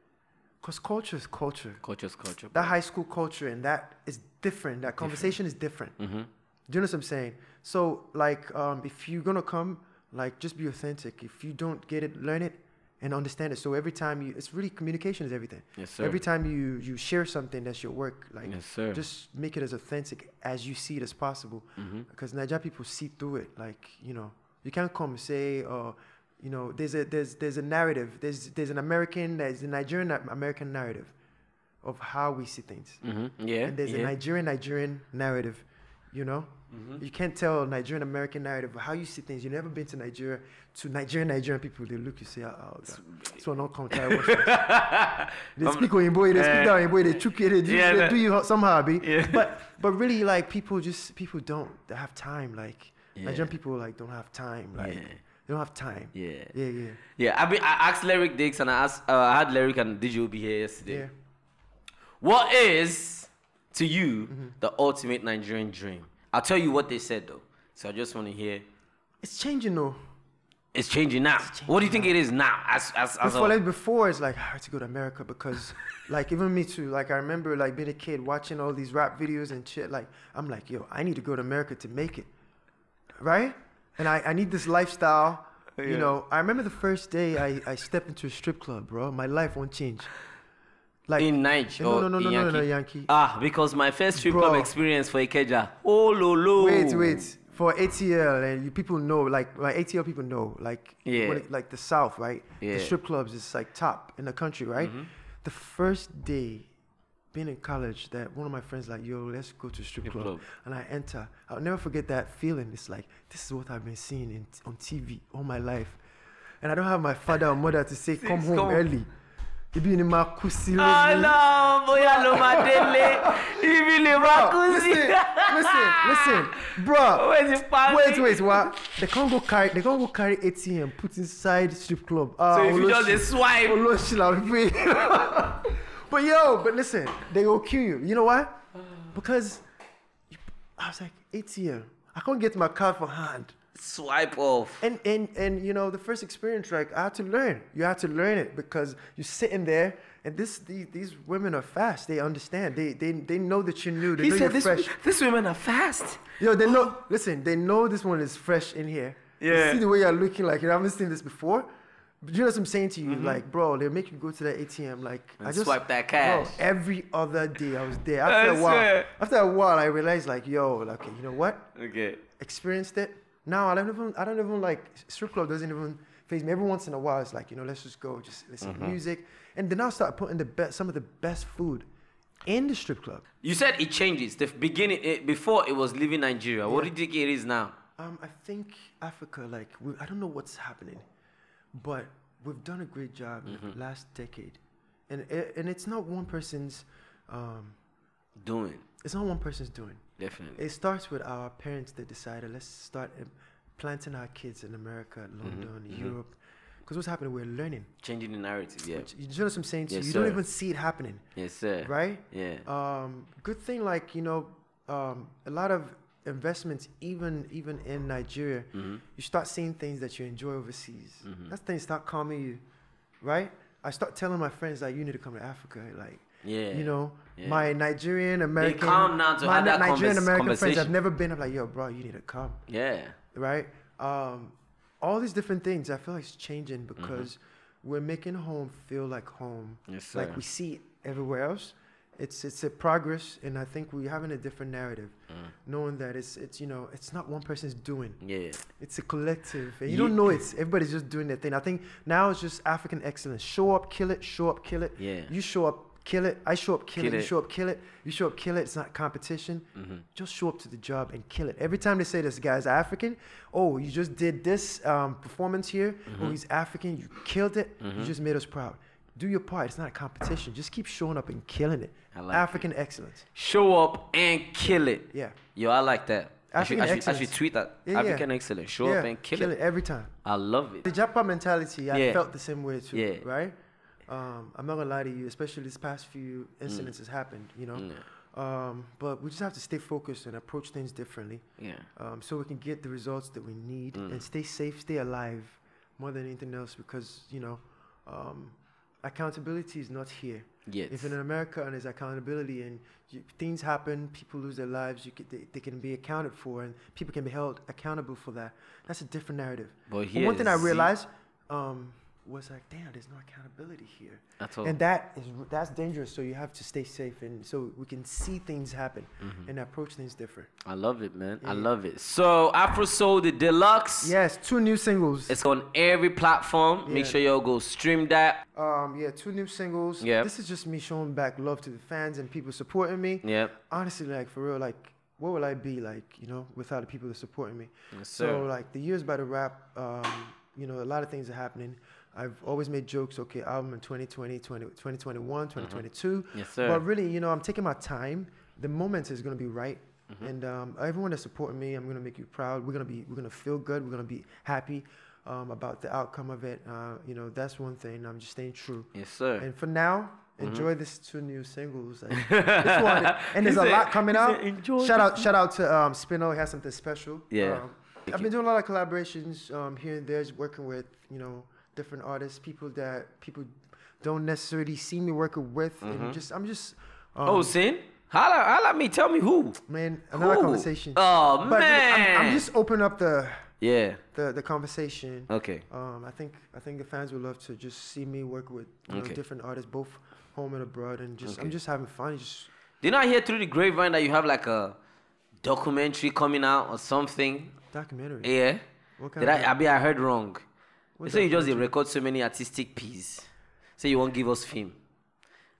Speaker 4: Cause culture is culture
Speaker 5: Culture's culture.
Speaker 4: that high school culture and that is different. That conversation is different.
Speaker 5: Mm-hmm.
Speaker 4: Do you know what I'm saying? So like, um, if you're gonna come, like, just be authentic. If you don't get it, learn it and understand it. So every time you, it's really communication is everything.
Speaker 5: Yes, sir.
Speaker 4: Every time you you share something that's your work, like,
Speaker 5: Yes, sir.
Speaker 4: just make it as authentic as you see it as possible. Because Nigeria people see through it. Like, you know, you can't come and say, uh, you know, there's a there's there's a narrative. There's there's an American, there's a Nigerian American narrative of how we see things.
Speaker 5: Mhm. Yeah.
Speaker 4: And there's a
Speaker 5: yeah. Mm-hmm.
Speaker 4: Nigerian Nigerian narrative, you know? You can't tell a Nigerian American narrative of how you see things. You've never been to Nigeria. To Nigerian Nigerian people, they look, you say, oh, God. So not come try watch us." They speak Oyinbo, they speak that Oyinbo, they chook it, they do,
Speaker 5: Um, yeah,
Speaker 4: they
Speaker 5: that-
Speaker 4: do you ho- somehow, be. But, but really, like, people just, people don't have time. Like, Nigerian people, like, don't have time. Like, they don't have time.
Speaker 5: Yeah.
Speaker 4: Yeah, yeah.
Speaker 5: Yeah. I mean, I asked Lyric Dix and I asked, uh, I had Lyric and Did be here yesterday.
Speaker 4: Yeah.
Speaker 5: What is to you
Speaker 4: Mm-hmm.
Speaker 5: the ultimate Nigerian dream? I'll tell you what they said though. So I just want to hear.
Speaker 4: It's changing, though.
Speaker 5: It's changing now. what do you think it is now? As as as
Speaker 4: before,
Speaker 5: a-
Speaker 4: like, before it's like I had to go to America because like even me too like I remember like being a kid watching all these rap videos and shit like I'm like yo I need to go to America to make it right and I, I need this lifestyle you know I remember the first day I, I stepped into a strip club bro my life won't change like
Speaker 5: in Niger.
Speaker 4: no
Speaker 5: or
Speaker 4: no no
Speaker 5: in
Speaker 4: no, no
Speaker 5: Yankee.
Speaker 4: no no Yankee
Speaker 5: Ah, because my first strip
Speaker 4: Bro.
Speaker 5: club experience for Ikeja. Oh lolo.
Speaker 4: wait wait for ATL and eh, you people know like like ATL people know like
Speaker 5: Yeah.
Speaker 4: when it- like the South right
Speaker 5: Yeah. Mm-hmm.
Speaker 4: the strip clubs is like top in the country right the first day being in college that one of my friends like yo let's go to strip club.
Speaker 5: club.
Speaker 4: and I enter I'll never forget that feeling it's like this is what I've been seeing in, on TV all my life and I don't have my father or mother to say come home
Speaker 5: come."
Speaker 4: early you been in my kusi
Speaker 5: Hello, boya lo madele. Ibile
Speaker 4: listen,
Speaker 5: wakuzi.
Speaker 4: listen, listen, bro.
Speaker 5: Where's the party?
Speaker 4: Wait, wait, what? They can't go carry. They can't go carry ATM put inside strip club. Ah,
Speaker 5: So if you just
Speaker 4: Oloshi-
Speaker 5: dey swipe.
Speaker 4: Oloshi la be. but yo, but listen, they will kill you. You know why? Because you- I was like ATM. I can't get my card for hand.
Speaker 5: Swipe off.
Speaker 4: And and and you know the first experience, like I had to learn. You had to learn it because you're sitting there. And this, these, these women are fast. They understand. They, they, they know that you knew. They
Speaker 5: He
Speaker 4: know
Speaker 5: said
Speaker 4: you're
Speaker 5: this,
Speaker 4: fresh.
Speaker 5: this women are fast.
Speaker 4: Yo, they know. listen, they know this one is fresh in here.
Speaker 5: Yeah.
Speaker 4: You see the way you're looking like you haven't seen this before. But you know what I'm saying to you,
Speaker 5: Mm-hmm.
Speaker 4: like, bro, they make you go to that ATM. Like,
Speaker 5: And swipe that cash.
Speaker 4: Bro, every other day I was there.
Speaker 5: I
Speaker 4: After a while,
Speaker 5: swear.
Speaker 4: after a while, I realized, like, yo, like, okay, you know what?
Speaker 5: Okay.
Speaker 4: Experienced it. Now I don't even, I don't even like strip club doesn't even phase me. Every once in a while, it's like, you know, let's just go, just listen
Speaker 5: Mm-hmm.
Speaker 4: to music, and then I'll start putting the best, some of the best food in the strip club.
Speaker 5: You said it changes. The beginning, it, before it was leaving Nigeria. What do you think it is now?
Speaker 4: Um, I think Africa, like, we, I don't know what's happening, but we've done a great job in
Speaker 5: Mm-hmm.
Speaker 4: the last decade, and i- and it's not one person's, um,
Speaker 5: Doing
Speaker 4: it's not one person's doing.
Speaker 5: definitely.
Speaker 4: It starts with our parents that decided let's start um, planting our kids in America,
Speaker 5: Mm-hmm.
Speaker 4: London, Europe, because what's happening, we're learning.
Speaker 5: changing the narrative. Yeah.
Speaker 4: You know what I'm saying? So
Speaker 5: Yes,
Speaker 4: you don't
Speaker 5: sir.
Speaker 4: even see it happening
Speaker 5: Yes, sir.
Speaker 4: right?
Speaker 5: Yeah.
Speaker 4: Um, good thing, like you know, um, a lot of investments, even even in Nigeria,
Speaker 5: Mm-hmm.
Speaker 4: you start seeing things that you enjoy overseas. That's things start calming you, right? I start telling my friends like, you need to come to Africa, like.
Speaker 5: Yeah.
Speaker 4: You know,
Speaker 5: Yeah.
Speaker 4: my Nigerian American,
Speaker 5: come now to
Speaker 4: my
Speaker 5: have that
Speaker 4: Nigerian
Speaker 5: convers-
Speaker 4: American friends
Speaker 5: conversation.
Speaker 4: I've never been. I'm like, yo, bro, you need to come,
Speaker 5: Yeah.
Speaker 4: right? Um, all these different things I feel like it's changing
Speaker 5: Mm-hmm.
Speaker 4: because we're making home feel like home.
Speaker 5: Yes, sir.
Speaker 4: Like we see it everywhere else. It's it's a progress, and I think we're having a different narrative,
Speaker 5: Mm.
Speaker 4: knowing that it's it's you know it's not one person's doing.
Speaker 5: Yeah.
Speaker 4: It's a collective. And you
Speaker 5: Ye-
Speaker 4: don't know it's everybody's just doing their thing. I think now it's just African excellence. Show up, kill it, show up, kill it.
Speaker 5: Yeah.
Speaker 4: You show up, kill it. I show up, kill,
Speaker 5: Kill
Speaker 4: it.
Speaker 5: it. Mm-hmm.
Speaker 4: You show up, kill it. You show up, kill it. It's not competition. Just show up to the job and kill it. Every time they say this guy's African, oh, you just did this um, performance here.
Speaker 5: Mm-hmm.
Speaker 4: Oh, he's African. You killed it. You just made us proud. Do your part. It's not a competition. Just keep showing up and killing it.
Speaker 5: I like
Speaker 4: African excellence.
Speaker 5: Show up and kill it.
Speaker 4: Yeah.
Speaker 5: Yo, I like that. I should,
Speaker 4: African
Speaker 5: I, should, I should
Speaker 4: excellence.
Speaker 5: tweet that.
Speaker 4: Yeah, yeah.
Speaker 5: African excellence. Show up
Speaker 4: Yeah,
Speaker 5: and kill, it.
Speaker 4: every time.
Speaker 5: I love
Speaker 4: The
Speaker 5: it.
Speaker 4: Japa mentality, I
Speaker 5: Yeah.
Speaker 4: felt the same way too,
Speaker 5: Yeah.
Speaker 4: right? Um, I'm not gonna lie to you, especially this past few
Speaker 5: Mm.
Speaker 4: incidents has happened, you know. Um, but we just have to stay focused and approach things differently,
Speaker 5: Yeah.
Speaker 4: um, so we can get the results that we need
Speaker 5: Mm.
Speaker 4: and stay safe, stay alive, more than anything else, because you know, um, accountability is not here.
Speaker 5: Yet.
Speaker 4: If in America and there's accountability and you, things happen, people lose their lives, you can, they, they can be accounted for and people can be held accountable for that. That's a different narrative.
Speaker 5: But here
Speaker 4: one thing I
Speaker 5: is-
Speaker 4: realized um, was like, damn, there's no accountability here.
Speaker 5: At all.
Speaker 4: And that is that's dangerous. So you have to stay safe and so we can see things happen
Speaker 5: Mm-hmm.
Speaker 4: and approach things different.
Speaker 5: I love it, man. I love it. So Afro Soul the Deluxe.
Speaker 4: Yes, two new singles.
Speaker 5: It's on every platform. Make
Speaker 4: Yeah.
Speaker 5: sure y'all go stream that.
Speaker 4: Um, yeah, two new singles.
Speaker 5: Yep.
Speaker 4: This is just me showing back love to the fans and people supporting me.
Speaker 5: Yep.
Speaker 4: Honestly, like for real, like what would I be like, you know, without the people that supporting me?
Speaker 5: Yes,
Speaker 4: so
Speaker 5: sir.
Speaker 4: like the years by the rap, um, you know, a lot of things are happening. I've always made jokes, okay, album in 2020, 20, 2021, 2022.
Speaker 5: Mm-hmm. Yes, sir.
Speaker 4: But really, you know, I'm taking my time. The moment is gonna be right.
Speaker 5: Mm-hmm.
Speaker 4: And um, everyone that's supporting me, I'm gonna make you proud. We're gonna be, we're gonna feel good. We're gonna be happy um, about the outcome of it. Uh, you know, that's one thing. I'm just staying true.
Speaker 5: Yes, sir.
Speaker 4: And for now,
Speaker 5: Mm-hmm.
Speaker 4: enjoy these two new singles. Like, this one, and there's a lot coming out. shout out, shout out to um, Spino. He has something special.
Speaker 5: Yeah.
Speaker 4: Um,
Speaker 5: Thank
Speaker 4: I've been doing a lot of collaborations um, here and there, just working with you know different artists, people that people don't necessarily see me working with, and just I'm just. Um,
Speaker 5: Mm-hmm. oh, Sin? Holla, holla at me. Tell me who.
Speaker 4: man, another
Speaker 5: Cool.
Speaker 4: conversation.
Speaker 5: Oh,
Speaker 4: but I'm,
Speaker 5: man.
Speaker 4: I'm just opening up the
Speaker 5: Yeah.
Speaker 4: the, the conversation.
Speaker 5: Okay.
Speaker 4: Um, I think I think the fans would love to just see me work with you know,
Speaker 5: Okay.
Speaker 4: different artists, both home and abroad, and just
Speaker 5: Okay.
Speaker 4: I'm just having fun. Just
Speaker 5: Did I hear through the grapevine that you have like a documentary coming out or something?
Speaker 4: documentary.
Speaker 5: Yeah.
Speaker 4: What kind
Speaker 5: Did
Speaker 4: of
Speaker 5: I? I be I heard wrong. They
Speaker 4: What
Speaker 5: say you just
Speaker 4: documentary?
Speaker 5: record so many artistic pieces. Say you won't give us fame.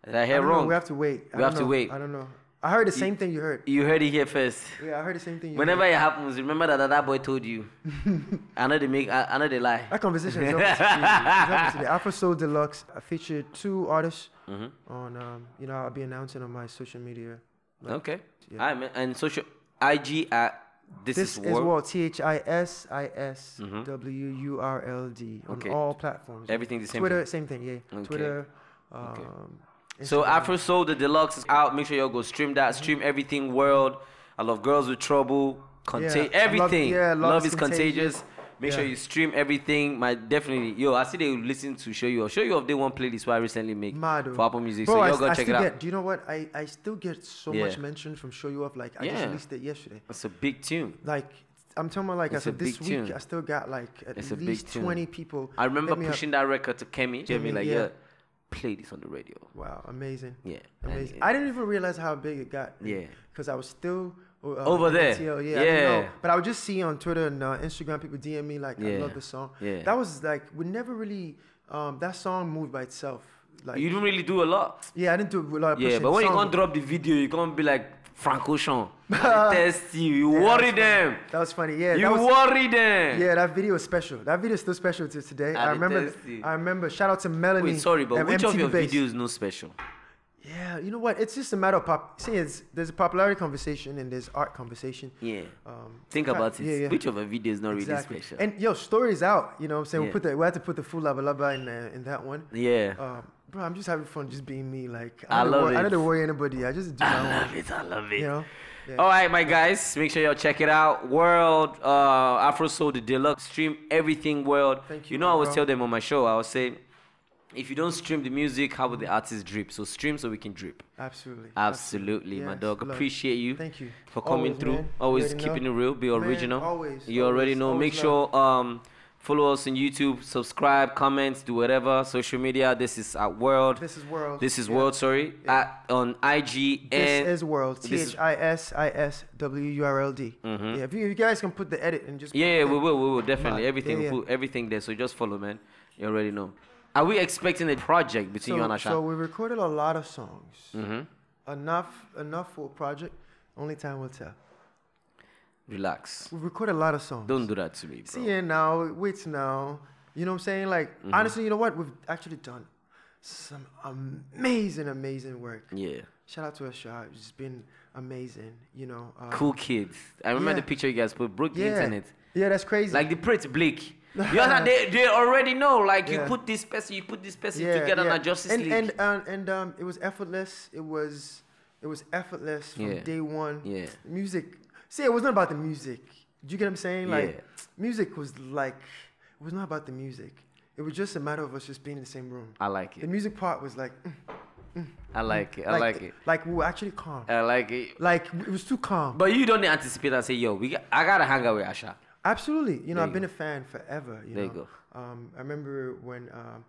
Speaker 5: Did I hear
Speaker 4: I don't know,
Speaker 5: wrong?
Speaker 4: We have to wait. I
Speaker 5: We
Speaker 4: don't
Speaker 5: have to
Speaker 4: know.
Speaker 5: wait.
Speaker 4: I don't know. I heard the same thing you heard.
Speaker 5: You heard it here first.
Speaker 4: Yeah, I heard the same thing. You
Speaker 5: Whenever
Speaker 4: heard.
Speaker 5: it happens, remember that that boy told you. I know they make. I, I know they lie.
Speaker 4: that conversation is over today. It's over today. Afro Soul Deluxe. I featured two artists
Speaker 5: Mm-hmm.
Speaker 4: on. Um, you know, I'll be announcing on my social media.
Speaker 5: Okay. I man. And social IG at this,
Speaker 4: This
Speaker 5: is
Speaker 4: is
Speaker 5: war.
Speaker 4: what T H I S I S W U R L D on
Speaker 5: Okay.
Speaker 4: all platforms.
Speaker 5: Everything the same
Speaker 4: Twitter,
Speaker 5: thing?
Speaker 4: same thing. Yeah.
Speaker 5: Okay.
Speaker 4: Twitter. Um,
Speaker 5: So
Speaker 4: Instagram.
Speaker 5: Afro Soul the Deluxe is out. Make sure y'all go stream that. Stream everything world. I love girls with trouble.
Speaker 4: Yeah, I
Speaker 5: Contain
Speaker 4: love-
Speaker 5: everything.
Speaker 4: yeah,
Speaker 5: love, is contagious. Make sure
Speaker 4: Yeah.
Speaker 5: you stream everything. My definitely yo, I see they listen to show you. Off. Show you of day one playlist where I recently make
Speaker 4: Mad, oh.
Speaker 5: for Apple Music.
Speaker 4: Bro,
Speaker 5: so
Speaker 4: I,
Speaker 5: y'all go
Speaker 4: I
Speaker 5: check it
Speaker 4: still
Speaker 5: out.
Speaker 4: Get, do you know what? I, I still get so much
Speaker 5: Yeah.
Speaker 4: mention from Show You Off. Like I
Speaker 5: Yeah.
Speaker 4: just released it yesterday.
Speaker 5: That's a big tune.
Speaker 4: Like I'm telling you, like
Speaker 5: It's
Speaker 4: I
Speaker 5: a
Speaker 4: said, this
Speaker 5: big
Speaker 4: week
Speaker 5: tune.
Speaker 4: I still got like at
Speaker 5: It's a big
Speaker 4: least
Speaker 5: tune.
Speaker 4: 20 people.
Speaker 5: I remember
Speaker 4: hit me up.
Speaker 5: pushing that record to Kemi. Kemi
Speaker 4: Kemi,
Speaker 5: like,
Speaker 4: yeah.
Speaker 5: yeah, play this on the radio.
Speaker 4: Wow, amazing.
Speaker 5: Yeah, and
Speaker 4: amazing.
Speaker 5: it-
Speaker 4: I didn't even realize how big it got.
Speaker 5: Yeah.
Speaker 4: because I was still. uh,
Speaker 5: Over there.
Speaker 4: NTL, yeah, I didn't
Speaker 5: Yeah.
Speaker 4: know. but I would just see on Twitter and uh, Instagram people DM me like, "I
Speaker 5: Yeah.
Speaker 4: love this song."
Speaker 5: Yeah.
Speaker 4: that was like we never really um, that song moved by itself. Like,
Speaker 5: You don't really do a lot.
Speaker 4: yeah, I didn't do a lot of
Speaker 5: Yeah,
Speaker 4: pushing
Speaker 5: but when you
Speaker 4: song.
Speaker 5: can't drop the video, you can't be like Franco Sean. They test you. You
Speaker 4: Yeah, that was
Speaker 5: worry
Speaker 4: funny.
Speaker 5: them.
Speaker 4: That was funny. Yeah,
Speaker 5: you eh?
Speaker 4: that was,
Speaker 5: worry them.
Speaker 4: Yeah, that video is special. That video is still special to today.
Speaker 5: I
Speaker 4: I, remember.
Speaker 5: detest you.
Speaker 4: I remember. Shout out to Melanie.
Speaker 5: Ah, Wait, sorry, but
Speaker 4: um,
Speaker 5: which of
Speaker 4: MTV
Speaker 5: your
Speaker 4: Base.
Speaker 5: videos no special?
Speaker 4: Yeah, you know what? It's just a matter of pop. See, it's, there's a popularity conversation and there's art conversation.
Speaker 5: Yeah.
Speaker 4: Um,
Speaker 5: Think
Speaker 4: try-
Speaker 5: about it.
Speaker 4: yeah, yeah.
Speaker 5: Which of your videos not
Speaker 4: exactly.
Speaker 5: really special?
Speaker 4: And yo, stories out. You know, what I'm saying
Speaker 5: Yeah.
Speaker 4: we put the we had to put the full lava lava in uh, in that one.
Speaker 5: yeah.
Speaker 4: Um, bro, I'm just having fun, just being me. Like
Speaker 5: I
Speaker 4: don't
Speaker 5: love
Speaker 4: worry,
Speaker 5: it.
Speaker 4: I don't worry anybody. I just do
Speaker 5: I
Speaker 4: my own.
Speaker 5: love it. I love it.
Speaker 4: You know. Yeah.
Speaker 5: All right, my guys, make sure y'all check it out. World, uh, Afro Soul, the deluxe stream, everything world.
Speaker 4: Thank
Speaker 5: You
Speaker 4: you,
Speaker 5: know, I
Speaker 4: my
Speaker 5: always
Speaker 4: bro.
Speaker 5: tell them on my show, I always say, If you don't stream the music, how will the artist drip? So stream so we can drip.
Speaker 4: Absolutely.
Speaker 5: Absolutely, my
Speaker 4: Yes,
Speaker 5: dog.
Speaker 4: love.
Speaker 5: Appreciate you.
Speaker 4: Thank you.
Speaker 5: for coming
Speaker 4: Always,
Speaker 5: through.
Speaker 4: man. You
Speaker 5: Always
Speaker 4: already
Speaker 5: keeping
Speaker 4: know.
Speaker 5: it real. Be
Speaker 4: Man,
Speaker 5: original.
Speaker 4: always,
Speaker 5: You
Speaker 4: always,
Speaker 5: already know. Make
Speaker 4: always
Speaker 5: sure um follow us on YouTube. Subscribe, comment, do whatever. Social media. This is at world.
Speaker 4: This is world.
Speaker 5: This is
Speaker 4: Yeah.
Speaker 5: world. Sorry. At, on IG
Speaker 4: This
Speaker 5: and
Speaker 4: is world. T
Speaker 5: this is-
Speaker 4: H I S I S W U R L D. Yeah, if you, you guys can put the edit and just. put
Speaker 5: Mm-hmm. yeah, yeah,
Speaker 4: the-
Speaker 5: we will. We will definitely
Speaker 4: Nah,
Speaker 5: everything.
Speaker 4: yeah,
Speaker 5: we'll
Speaker 4: yeah.
Speaker 5: Put everything there. So just follow, man. You already know. Are we expecting a project between
Speaker 4: So,
Speaker 5: you and Asha?
Speaker 4: so we recorded a lot of songs.
Speaker 5: Mm-hmm.
Speaker 4: Enough, enough for a project. Only time will tell.
Speaker 5: Relax.
Speaker 4: We recorded a lot of songs.
Speaker 5: Don't do that to me, bro. Mm-hmm.
Speaker 4: See it now. Wait now. You know what I'm saying? Like honestly, you know what? We've actually done some amazing, amazing work.
Speaker 5: Yeah.
Speaker 4: Shout out to Asha. It's been amazing. You know. Uh,
Speaker 5: Cool kids. I remember
Speaker 4: Yeah.
Speaker 5: the picture you guys put. Broke the
Speaker 4: Yeah.
Speaker 5: internet.
Speaker 4: Yeah, that's crazy.
Speaker 5: Like the Prince Blake. You understand? They, they already know. Like you
Speaker 4: Yeah.
Speaker 5: put this person, you put this person together and Justice
Speaker 4: and,
Speaker 5: League.
Speaker 4: And um, and um, it was effortless. It was it was effortless from
Speaker 5: Yeah.
Speaker 4: day one.
Speaker 5: Yeah.
Speaker 4: Music. See, it wasn't about the music. Do you get what I'm saying? Like
Speaker 5: Yeah.
Speaker 4: music was like it was not about the music. It was just a matter of us just being in the same room.
Speaker 5: I like
Speaker 4: the
Speaker 5: it.
Speaker 4: music part was like, mm,
Speaker 5: I like it. I like it.
Speaker 4: Like we were actually calm.
Speaker 5: I like it.
Speaker 4: like it was too calm.
Speaker 5: But you don't anticipate and say, "Yo, we got, I gotta hang out with Asha."
Speaker 4: Absolutely. You
Speaker 5: There
Speaker 4: know, I've
Speaker 5: you
Speaker 4: been a fan forever. You
Speaker 5: There
Speaker 4: know?
Speaker 5: you go.
Speaker 4: Um, I remember when um,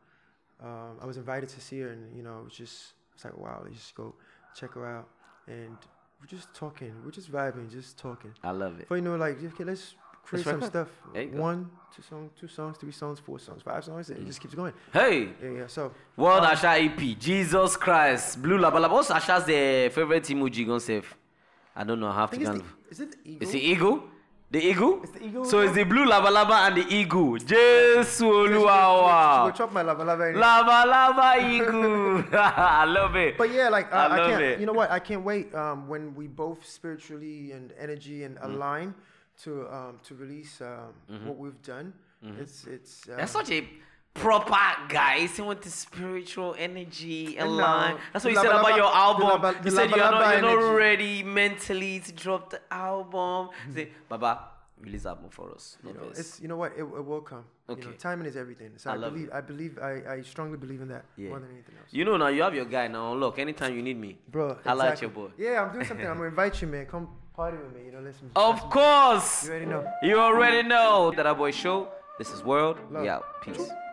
Speaker 4: um, I was invited to see her, and you know, it was just it's like wow, let's just go check her out, and we're just talking, we're just vibing, just talking.
Speaker 5: I love it.
Speaker 4: But you know, like okay, let's create some
Speaker 5: record.
Speaker 4: stuff.
Speaker 5: There you go. Mm.
Speaker 4: One, two songs, two songs, three songs, four songs, five songs, and it just keeps going.
Speaker 5: Hey,
Speaker 4: Yeah, yeah. So
Speaker 5: World Asha EP. Jesus Christ, Blue Labalab. What's Asha's the favorite emoji? Gonna save. I don't know. I have to
Speaker 4: I think it's
Speaker 5: kind
Speaker 4: the,
Speaker 5: of.
Speaker 4: is it the eagle?
Speaker 5: It's the eagle. The eagle.
Speaker 4: It's the eagle,
Speaker 5: So it's
Speaker 4: yeah.
Speaker 5: the blue lava and the eagle.
Speaker 4: She
Speaker 5: Jesus
Speaker 4: go- she go-
Speaker 5: wow.
Speaker 4: she go chop my lava lava. in it.
Speaker 5: Lava lava eagle. I love it.
Speaker 4: But yeah, like uh,
Speaker 5: I
Speaker 4: I,
Speaker 5: love
Speaker 4: can't.
Speaker 5: it.
Speaker 4: You know what? I can't wait um, when we both spiritually and energy and
Speaker 5: Mm-hmm.
Speaker 4: align to um, to release um, what we've done. It's it's. Um,
Speaker 5: Mm-hmm. That's such a proper guy. He went to spiritual energy and
Speaker 4: No.
Speaker 5: line. That's what you
Speaker 4: The
Speaker 5: said
Speaker 4: laba-
Speaker 5: about your
Speaker 4: the
Speaker 5: album.
Speaker 4: laba-
Speaker 5: you
Speaker 4: the
Speaker 5: said
Speaker 4: laba-
Speaker 5: you're not,
Speaker 4: laba
Speaker 5: you're not
Speaker 4: energy.
Speaker 5: ready mentally to drop the album. Say, Baba, release album for us. No verse.
Speaker 4: it's you know what? It, it will come. You know,
Speaker 5: Okay.
Speaker 4: timing is everything. So
Speaker 5: I
Speaker 4: I,
Speaker 5: love
Speaker 4: believe. I believe. I, I strongly believe in that
Speaker 5: Yeah.
Speaker 4: more than anything else.
Speaker 5: you know now you have your guy now. Look, anytime you need me,
Speaker 4: Bro,
Speaker 5: I like
Speaker 4: exactly.
Speaker 5: your boy.
Speaker 4: Yeah, I'm doing something. I'm gonna invite you, man. Come party with me. You know, listen.
Speaker 5: Of course.
Speaker 4: You already know.
Speaker 5: You already know that our boy show. This is world. Yeah,
Speaker 4: Love.
Speaker 5: peace.